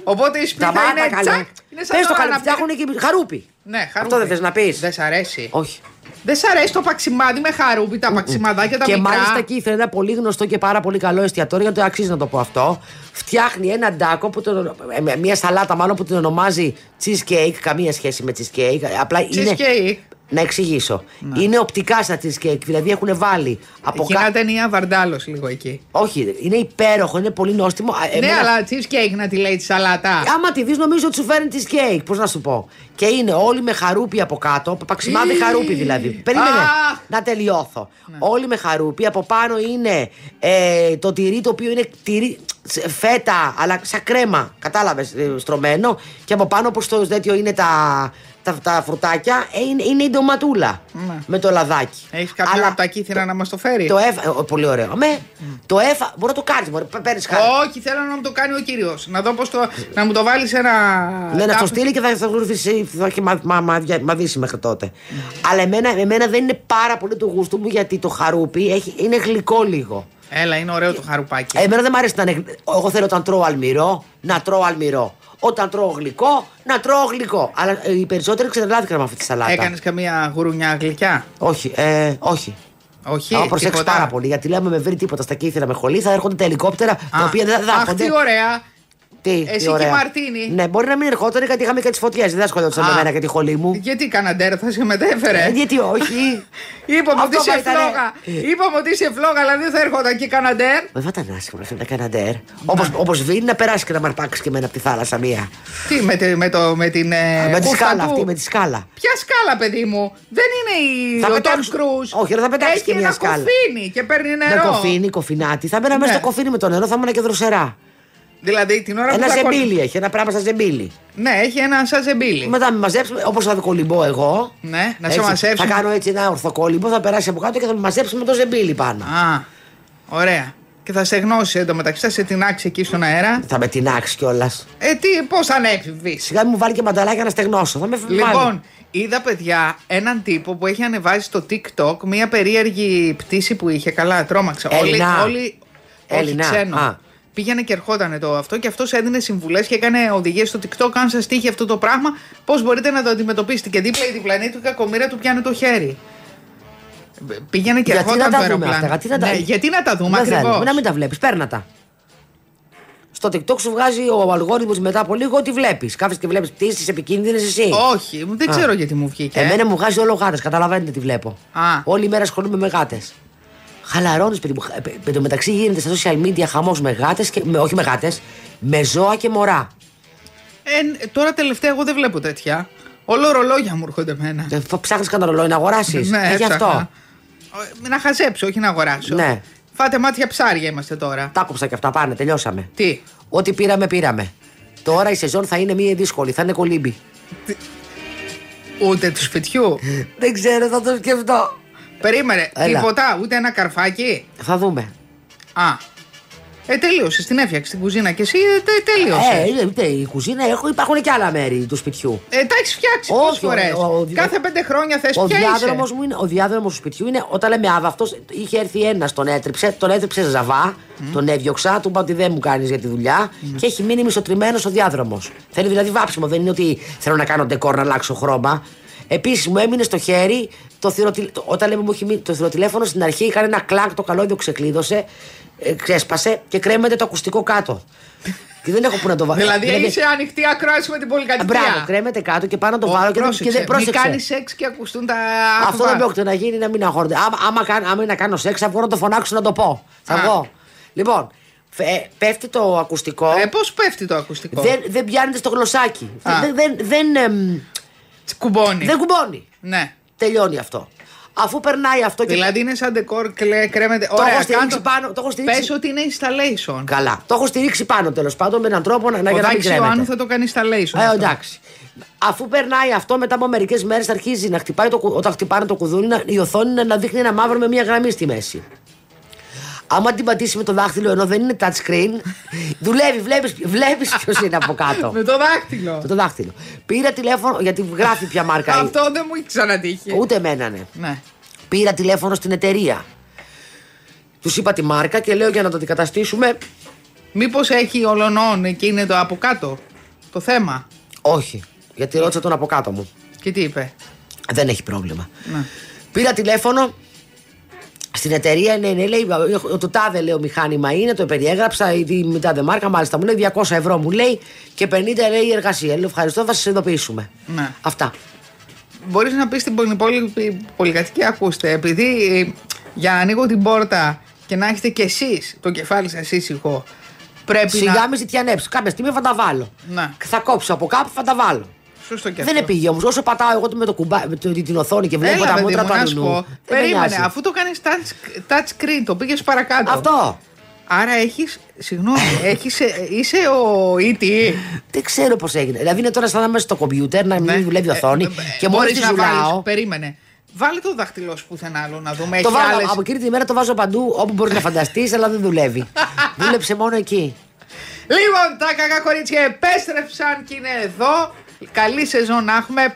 Οπότε η σπίτι Τα μάτα είναι καλέ. Ναι, τσακ. Είναι σαν Πες το τώρα καλέ, να φτιάχνουν πίνει- και χαρούπι. Ναι, χαρούμενο. Αυτό δεν θες να πεις? Δεν σ' αρέσει. Όχι. Δεν σ' αρέσει το παξιμάδι με χαρούπι, τα παξιμαδάκια τα και μικρά. μάλιστα εκεί ήθελε ένα πολύ γνωστό και πάρα πολύ καλό εστιατόριο, γιατί αξίζει να το πω αυτό. Φτιάχνει ένα ντάκο, που τον, ε, με- μια σαλάτα μάλλον που την ονομάζει cheesecake, καμία σχέση με cheesecake. Απλά είναι. Cheesecake. Ναι. Να εξηγήσω. Είναι οπτικά στα cheesecake, δηλαδή έχουν βάλει από Εκεί κάτω. ένα ταινία βαρντάλο λίγο εκεί. Όχι, είναι υπέροχο, είναι πολύ νόστιμο. Α, ναι, εμένα- αλλά cheesecake να τη λέει τη σαλάτα. Άμα τη δεις, νομίζω ότι σου φέρνει τη σκέικ. Πώς να σου πω. Και είναι όλοι με χαρούπι από κάτω. Παξιμάδι χαρούπι δηλαδή. Περίμενε Αχ. να τελειώθω. Ναι. Όλοι με χαρούπι. Από πάνω είναι ε, το τυρί το οποίο είναι τυρί τσ- φέτα, αλλά σαν κρέμα. Κατάλαβες, στρωμένο. Και από πάνω, όπως το τέτοιο είναι τα, τα, τα φρουτάκια, ε, είναι, είναι η ντοματούλα. Ναι. Με το λαδάκι. Έχεις κάποιο Αλλά από τα κύθρα να μας το φέρει. Το έφα. ο, Πολύ ωραίο. Με, Mm. Το έφα. Μπορεί να το κάνεις. Παίρνεις χάρη. Όχι, θέλω να μου το κάνει ο κύριος. Να δω πώς το. να μου το βάλεις σε ένα. Ναι, να τάπ- το στείλει και θα, θα, γνωριστεί, θα έχει μα, μα, μα, μαδίσει μέχρι τότε. Ναι. Αλλά εμένα, εμένα δεν είναι πάρα πολύ του γούστου μου γιατί το χαρούπι έχει, είναι γλυκό λίγο. Έλα, είναι ωραίο το χαρουπάκι. Εμένα δεν μου αρέσει να είναι. γλυ- Εγώ θέλω όταν τρώω αλμυρό να τρώω αλμυρό. Όταν τρώω γλυκό να τρώω γλυκό. Αλλά ε, οι περισσότεροι ξετρελάθηκαν με αυτή τη σαλάτα. Έκανες καμία γουρουνιά γλυκιά. Όχι, ε, όχι. Όχι. Θα προσέξεις τίποτα. πάρα πολύ γιατί λέμε με βρει τίποτα στα κύθρα με χολή θα έρχονται τα ελικόπτερα τα Α, οποία δεν θα Αχ, δάχονται. τι ωραία. Τι, τι Εσύ και ωραία. Μαρτίνη. Ναι, μπορεί να μην ερχόταν γιατί είχαμε και τις φωτιές. Δεν ασχολιόντουσαν με Α. Ε, μένα και τη χολή μου. Γιατί καναντέρα θα σε μετέφερε. Ε, γιατί όχι. Είπαμε ότι Αυτό είσαι μα ήτανε. Ε. φλόγα. Είπαμε ότι είσαι φλόγα, αλλά δεν θα έρχονταν και καναντέρ. Με θα ήταν άσχημο αυτό να κάνει ντέρ. Όπως όπως βίνει να περάσει και να μαρπάξει και εμένα από τη θάλασσα μία. Τι με, τη- με, το, με την. ε, με τη κούφτα σκάλα του. αυτή, με τη σκάλα. Ποια σκάλα, παιδί μου. Δεν είναι η. Θα ο πετάξω- Tom Cruise. Όχι, ρε, θα πετάξεις Έχει και μια ένα σκάλα. κοφίνι και παίρνει νερό. Με κοφίνι, κοφινάτη. Θα μπαίνα μέσα Ναι. στο κοφίνι με το νερό, θα ήμουν και δροσερά. Δηλαδή την ώρα Ένα που. θα κο- ζεμπίλι έχει, ένα πράγμα σαν ζεμπίλι. Ναι, έχει ένα σαν ζεμπίλι. Μετά με μαζέψουμε, όπως θα κολυμπώ εγώ. Ναι, να σε έτσι, μαζέψουμε. Θα κάνω έτσι ένα ορθοκόλυμπο, θα περάσει από κάτω και θα με μαζέψουμε το ζεμπίλι πάνω. Α, ωραία. Και θα σε γνώσει εντωμεταξύ, θα σε τεινάξει εκεί στον αέρα. Θα με τεινάξει κιόλας. Ε, τι, πώς ανέβει. Σιγά μην μου βάλει και μανταλάκια να στεγνώσω. Θα με βάλει. Λοιπόν, είδα παιδιά έναν τύπο που έχει ανεβάσει στο TikTok μία περίεργη πτήση που είχε. Καλά, τρόμαξα. Έλληνα. Όλοι. όλοι Έλληνα, Όχι, ξένο. α. Πήγαινε και ερχόταν το αυτό και αυτός έδινε συμβουλές και έκανε οδηγίες στο TikTok. Αν σας τύχει αυτό το πράγμα, πώς μπορείτε να το αντιμετωπίσετε. Και δίπλα η διπλανή του κακομήρα του πιάνει το χέρι. Πήγαινε και Γιατί ερχόταν να το τα δούμε αεροπλάνο. αυτά, γιατί να τα, Ναι, γιατί να τα δούμε Δεν θέλουμε, ακριβώ. Να μην τα βλέπεις, παίρνα τα. Στο TikTok σου βγάζει ο αλγόριθμος μετά από λίγο ό,τι βλέπει. Κάθε και βλέπεις πτήσεις επικίνδυνες εσύ. Όχι, δεν Α. ξέρω γιατί μου βγήκε. Εμένα μου βγάζει όλο γάτες, καταλαβαίνετε τι βλέπω. ε. Α. Όλη μέρα ασχολούμαι με γάτες. Χαλαρώνεις περίπου. Ε, ε, Εν τω μεταξύ γίνεται στα social media χαμός με γάτες και. Με, όχι με γάτες, με ζώα και μωρά. Ε, τώρα τελευταία εγώ δεν βλέπω τέτοια. Όλο ρολόγια μου έρχονται εμένα. Ε, θα Ψάχνεις κανένα ρολόι να αγοράσεις. Ναι, Έχει έψαχνα. Ε, αυτό. Ε, Να χαζέψω, όχι να αγοράσω. Ναι. Φάτε μάτια ψάρια είμαστε τώρα. Τα κόψα και αυτά πάνε, τελειώσαμε. Τι. Ό,τι πήραμε, πήραμε. Τώρα η σεζόν θα είναι μία δύσκολη, θα είναι κολύμπι. Ούτε του σπιτιού. Δεν ξέρω, θα το σκεφτώ. Περίμενε. Έλα. Τίποτα, ούτε ένα καρφάκι. Θα δούμε. Α. Ε, τελείωσε. Την έφτιαξε την κουζίνα και εσύ ε, τε- Ε, τελείωσε. ε, ε, η κουζίνα έχω, υπάρχουν και άλλα μέρη του σπιτιού. Ε, τα έχεις φτιάξει Όχι, πολλέ φορές. ο- ο- ο- Κάθε πέντε χρόνια θες Ο πια διάδρομο είσαι. μου είναι, ο διάδρομος του σπιτιού είναι όταν λέμε Άβα, αυτός είχε έρθει ένας, τον έτριψε, τον έτριψε ζαβά, τον έδιωξα, του είπα ότι δεν μου κάνεις για τη δουλειά Ναι. και έχει μείνει μισοτριμένος ο διάδρομος. Θέλει δηλαδή βάψιμο, δεν είναι ότι θέλω να κάνω ντεκόρ να αλλάξω χρώμα. Επίσης μου έμεινε στο χέρι το, θηροτι... το- όταν λέμε μου έχει μείνει το θηροτηλέφωνο στην αρχή, κάνει ένα κλακ, το καλώδιο ξεκλείδωσε, ε, ξέσπασε και κρέμεται το ακουστικό κάτω. και δεν έχω που να το βάλω. Δηλαδή, είσαι ανοιχτή ακρόαση με την πολυκατοικία. Ε, Μπράβο, κρέμεται κάτω και πάνω το Ω, βάλω και, δεν- και πρόσεξε. δεν Μην πρόσεξε. κάνει σεξ και ακουστούν τα. Αυτό άκουβα. δεν πρόκειται να γίνει, να μην αγχώνεται. Άμα, άμα, κάν- άμα είναι να κάνω σεξ, θα βγω να το φωνάξω να το πω. Θα Α. βγω. Λοιπόν, φε- ε, πέφτει το ακουστικό. Ε, Πώς πέφτει το ακουστικό. δεν, δεν πιάνεται στο γλωσσάκι. Α. Δεν, δεν, δεν, εμ, Κουμπώνει. δεν κουμπώνει. Ναι. Τελειώνει αυτό. Αφού περνάει αυτό και. Δηλαδή είναι σαν ντεκόρ, κλε- κρέμεται. έχω Ωραία, στηρίξει κάτω. πάνω, το έχω στηρίξει. Πες ότι είναι installation. Καλά. Το έχω στηρίξει πάνω τέλος πάντων με έναν τρόπο να, να Ο για να μην Δάκης Ιωάννου κρέμεται. θα το κάνει installation. Ε, αυτό. εντάξει. Αφού περνάει αυτό, μετά από μερικές μέρες αρχίζει να χτυπάει το, κου- όταν χτυπάνε το κουδούνι, να, η οθόνη να, να δείχνει ένα μαύρο με μια γραμμή στη μέση. Άμα την πατήσει με το δάχτυλο, ενώ δεν είναι touchscreen, δουλεύει, βλέπεις βλέπεις ποιος είναι από κάτω. Με το δάκτυλο. με το δάκτυλο. Πήρα τηλέφωνο, γιατί γράφει ποια μάρκα είναι. Αυτό δεν μου έχει ξανατύχει. Ούτε εμένα ναι. Ναι. Πήρα τηλέφωνο στην εταιρεία. Τους είπα τη μάρκα και λέω για να το αντικαταστήσουμε. Μήπως έχει ολονών εκεί είναι το από κάτω το θέμα. Όχι. Γιατί ρώτησα τον από κάτω μου. Και τι είπε. Δεν έχει πρόβλημα. Ναι. Πήρα τηλέφωνο στην εταιρεία, ναι, ναι, λέει, το τάδε λέω μηχάνημα είναι, το περιέγραψα, η τη- η τάδε μάρκα, μάλιστα μου λέει 200 ευρώ μου λέει και 50 λέει η εργασία. Λέω ευχαριστώ, θα σας ειδοποιήσουμε. Ναι. Αυτά. Μπορείς να πεις στην υπόλοιπη πολυκατοικία, ακούστε, επειδή ε, για να ανοίγω την πόρτα και να έχετε κι εσείς το κεφάλι σας ήσυχο, πρέπει Σιγά να. μη ζητιανέψω. Κάποια στιγμή θα τα βάλω. Ναι. Θα κόψω από κάπου, θα τα βάλω. Σωστό και δεν αυτό. πήγε όμως. Όσο πατάω εγώ με, το κουμπά, με το- την οθόνη και βλέπω Έλα, τα παιδί μούτρα μου, του να σου πω. αλλού. Περίμενε, αφού το κάνεις touch, touch screen, το πήγες παρακάτω. Αυτό. Άρα έχεις. Συγγνώμη, έχεις, ε, είσαι ο E ΙΤΙ. Δεν ξέρω πώς έγινε. Δηλαδή είναι τώρα σαν να είμαι στο κομπιούτερ, να μην Ναι. Ε, δουλεύει Ναι. η οθόνη και μόλις τη ζουλάω. Περίμενε. Βάλε το δάχτυλό σου πουθενά άλλο να δούμε. Το Έχει βάλω, άλλες... Από εκείνη τη μέρα το βάζω παντού όπου μπορείς να φανταστείς, αλλά δεν δουλεύει. Δούλεψε μόνο εκεί. Λοιπόν, τα κακά κορίτσια επέστρεψαν και είναι εδώ. Καλή σεζόν να έχουμε.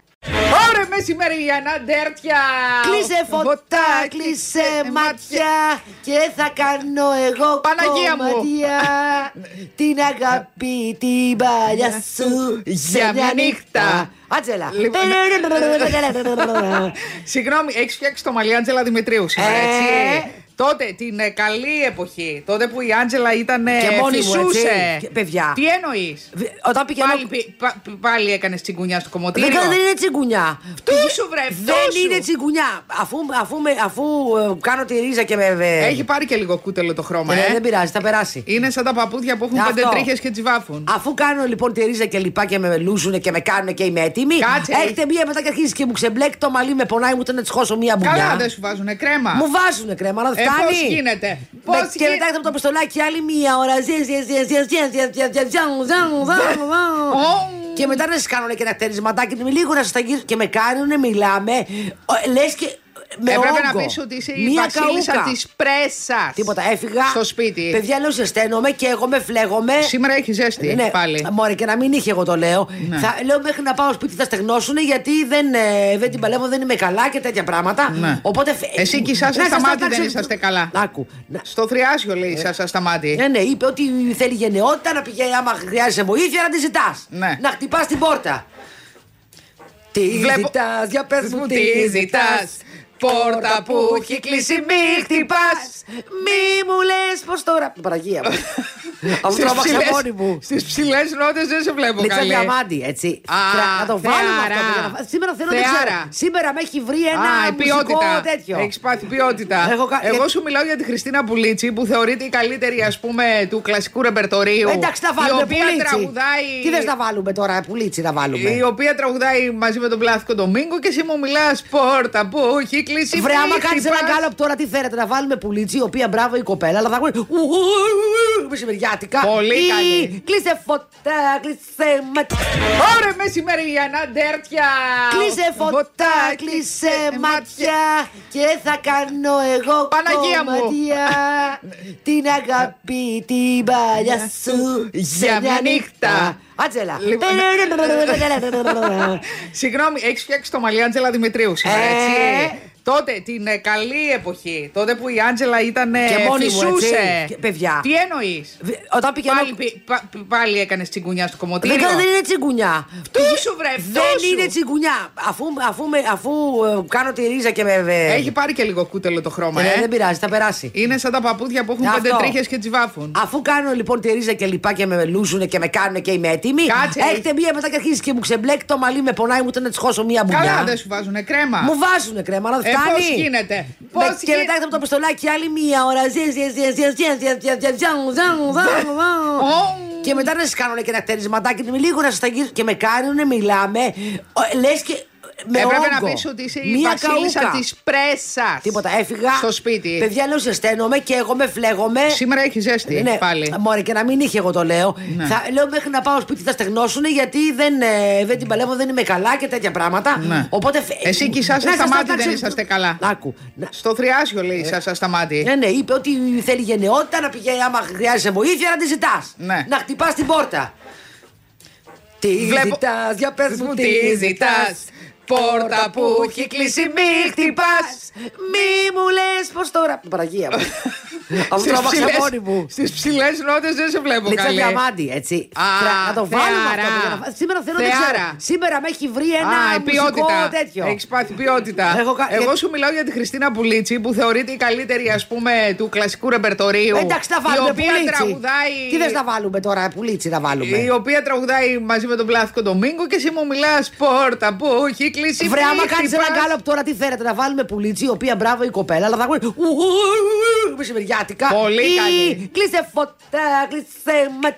Ωραία μεσημέρι για να ντέρτια. Κλείσε φωτά, Φωτάκι, ε, κλείσε μάτια και θα κάνω εγώ Παναγία μου. κομμάτια την αγάπη την παλιά σου Για μια νύχτα. Άτσελα. Λοιπόν, Συγγνώμη, έχεις φτιάξει το μαλλί Άντζελα Δημητρίου σήμερα, Ε. έτσι. Τότε την ε, καλή εποχή, τότε που η Άντζελα ήταν. ε, Και μόνη μου, φυσούσε. έτσι, και παιδιά. Τι εννοείς. Όταν πηγαίνω... Πάλι, πι- πα- πάλι έκανες τσιγκουνιά στο κομμωτήριο. Δεν, δεν είναι τσιγκουνιά. Φτού σου, βρε, φτού σου. Δεν είναι τσιγκουνιά. Αφού, αφού, με- αφού ε, κάνω τη ρίζα και με. ε, Έχει πάρει και λίγο κούτελο το χρώμα, ε, ε. Δεν πειράζει, θα περάσει. Είναι σαν τα παπούδια που έχουν Αυτό. πέντε τρίχες και τσιβάφουν. Αφού κάνω λοιπόν τη ρίζα και λοιπά και με μελούζουν και με κάνουν και είμαι έτοιμη. Κάτσε. Έχετε μία μετά και αρχίζεις και μου ξεμπλέκει το μαλλί, με πονάει μου ούτε να τσχώσω μία μπουνιά. Καλά, δεν σου βάζουνε κρέμα. Μου βάζουνε κρέμα, αλλά δεν Ε, φτάνει. πώς γίνεται, Με- πώς και γίνεται. μετά από το πιστολάκι άλλη μία ώρα. Ζε, ζε, ζε, ζε, ζε, ζε, ζε, ζε, ζε, ζε, ζε, Ω. Και μετά να σας κάνουν και ένα χτενισματάκι, λίγο να σας ταγγίζουν και με κάνουν, μιλάμε. Λες και. Με Έπρεπε να όγκο. πεις ότι είσαι η Μία βασίλισσα καούκα. της πρέσας. Τίποτα, έφυγα. Στο σπίτι. Παιδιά, λέω ζεσταίνομαι και εγώ με φλέγομαι. Σήμερα έχει ζέστη Ε, Ναι, πάλι. Ναι. Μωρέ, και να μην είχε, εγώ το λέω. Θα, λέω μέχρι να πάω σπίτι θα στεγνώσουν γιατί δεν, ε, δεν την παλεύω, δεν είμαι καλά και τέτοια πράγματα. Ναι. Οπότε. φε- Εσύ και η Σάσα Να στα σας μάτια αλλάξω- δεν είσαστε καλά. Άκου. Να- Στο θριάσιο λέει η Σάσα στα μάτια. ναι, ναι, είπε ότι θέλει γενναιότητα να πηγαίνει άμα χρειάζεσαι βοήθεια να τη ζητάς. Ναι. Να χτυπάς την πόρτα. Τι Βλέπω- ζητάς, για πες μου, τι ζητά. Πόρτα που έχει κλείσει, μη χτυπάς. Μη μου λες πως τώρα. Παραγία μου. Αυτό τρόμαξα μόνη μου. Στις ψηλές νότε δεν σε βλέπω Λίτσα καλή. διαμάντη, έτσι. Α, Τρα- να το βάλουμε θεάρα. αυτό. παιδιά, να φά- Σήμερα θέλω δεν Θεάρα. ξέρω. Σήμερα με έχει βρει ένα Α, η μουσικό ποιότητα. τέτοιο. Έχεις πάθει ποιότητα. Έχω κα- Εγώ για- σου μιλάω για τη Χριστίνα Πουλίτσι που θεωρείται η καλύτερη, ας πούμε, του κλασικού ρεπερτορίου. Ε, Εντάξει, να βάλουμε Η οποία πουλίτσι. τραγουδάει. Τι θες να βάλουμε τώρα, πουλίτσι να βάλουμε. Η οποία τραγουδάει μαζί με τον Πλάθικο Ντομίνγκο και εσύ μου μιλάς πόρτα που έχει κλείσει. Βρε, άμα μη κάνει ένα χτυπάς. γκάλωπ τώρα, τι θέλετε να βάλουμε πουλίτσι, η οποία μπράβο η κοπέλα, αλλά θα ακούει. Με Ασιάτικα. Πολύ Ή, καλή. Κλείσε φωτά, κλείσε ματιά. Ωραία, μεσημέρι για να ντέρτια. Κλείσε φωτά, κλείσε ματιά και θα κάνω εγώ Παναγία μου. κομμάτια την αγάπη την παλιά σου Για μια νύχτα. Άτζελα. Λοιπόν, Συγγνώμη, έχεις φτιάξει το μαλλί Άντζελα Δημητρίου σήμερα, Ε. έτσι. Τότε την ε, καλή εποχή, τότε που η Άντζελα ήταν. ε, Και μόνη μου, φυσούσε. έτσι, και- παιδιά. Τι εννοείς. Όταν πηγαίνω... Πάλι, πι- πα- πάλι έκανες τσιγκουνιά στο κομμωτήριο. Δεν, κα- δεν είναι τσιγκουνιά. Φτού σου, βρε, φτού σου. Δεν είναι τσιγκουνιά. Αφού, αφού, με- αφού ε, κάνω τη ρίζα και με. ε, Έχει πάρει και λίγο κούτελο το χρώμα, ε, ε. Δεν πειράζει, θα περάσει. Είναι σαν τα παπούδια που έχουν Αυτό. πέντε τρίχες και τσιβάφουν. Αφού κάνω λοιπόν τη ρίζα και λοιπά και με λούζουν και με κάνουν και είμαι έτοιμη. Κάτσε. Έχετε μία μετά και αρχίζεις και μου ξεμπλέκει το μαλλί, με πονάει, μου ούτε να της χώσω μία μπουνιά. Καλά, δεν σου βάζουνε κρέμα. Μου βάζουνε κρέμα, αλλά δεν Ε, φτάνει. πώς γίνεται, Με- πώς και γι- μετά από το πιστολάκι άλλη μία ώρα. ζε, ζε, ζε, ζε, ζε, ζε, ζε, ζε, ζε, ζε, ζε, Ωμ. Και μετά να σας κάνουν και ένα κτερισματάκι, λίγο να σας τα γύρω και με κάνουνε, μιλάμε. Λες και. ε, Με Έπρεπε όγκο. να πεις ότι είσαι η Μία βασίλισσα καούκα. της πρέσας. Τίποτα, έφυγα. Στο σπίτι. Παιδιά, λέω ζεσταίνομαι και εγώ με φλέγομαι. Σήμερα έχεις ζέστη Ναι, Ε, πάλι. Ναι. Μωρέ, και να μην είχε, εγώ το λέω. Θα, λέω μέχρι να πάω σπίτι θα στεγνώσουν γιατί δεν, ε, δεν την παλεύω, δεν είμαι καλά και τέτοια πράγματα. Ναι. Οπότε. φε- Εσύ κι εσάς Να στα σας μάτια τα- δεν να- είσαστε καλά. Ε. Άκου. Να- Στο θριάσιο λέει σα στα μάτια. Ναι, ναι, είπε ότι θέλει γενναιότητα να πηγαίνει άμα χρειάζεσαι βοήθεια να τη ζητάς. Ναι. Να χτυπάς την πόρτα. Τι Βλέπω- ζητάς, για πες μου, τι ζητά. Πόρτα που έχει κλείσει, μη χτυπάς. Μη μου λες πως τώρα. Παραγία μου. Αυτό τραβάξα μόνη μου. Στις ψηλές νότες δεν σε βλέπω Λίτσα καλή. διαμάντη, έτσι. Α, Τρα- να το βάλουμε θεάρα. αυτό. παιδιά, να φά- Σήμερα θέλω δεν Θεάρα. ξέρω. Σήμερα με έχει βρει ένα Α, η μουσικό ποιότητα. τέτοιο. Έχεις πάθει ποιότητα. Έχω κα- Εγώ γιατί- σου μιλάω για τη Χριστίνα Πουλίτσι που θεωρείται η καλύτερη, ας πούμε, του κλασικού ρεπερτορίου. Ε, Εντάξει, θα βάλουμε Η οποία πουλίτσι. τραγουδάει. Τι θες να βάλουμε τώρα, πουλίτσι να βάλουμε. Η οποία τραγουδάει μαζί με τον Πλάθικο Ντομίνγκο και εσύ μου μιλάς πόρτα που έχει κλείσει. Βρε, άμα μη κάνεις ένα χτυπάς. γκάλωπ τώρα, τι θέλετε να βάλουμε πουλίτσι, η οποία μπράβο η κοπέλα, αλλά θα ακούει. Μεσημεριάτικα. Πολύ Ή, καλή. Κλείσε φωτά, κλείσε μα.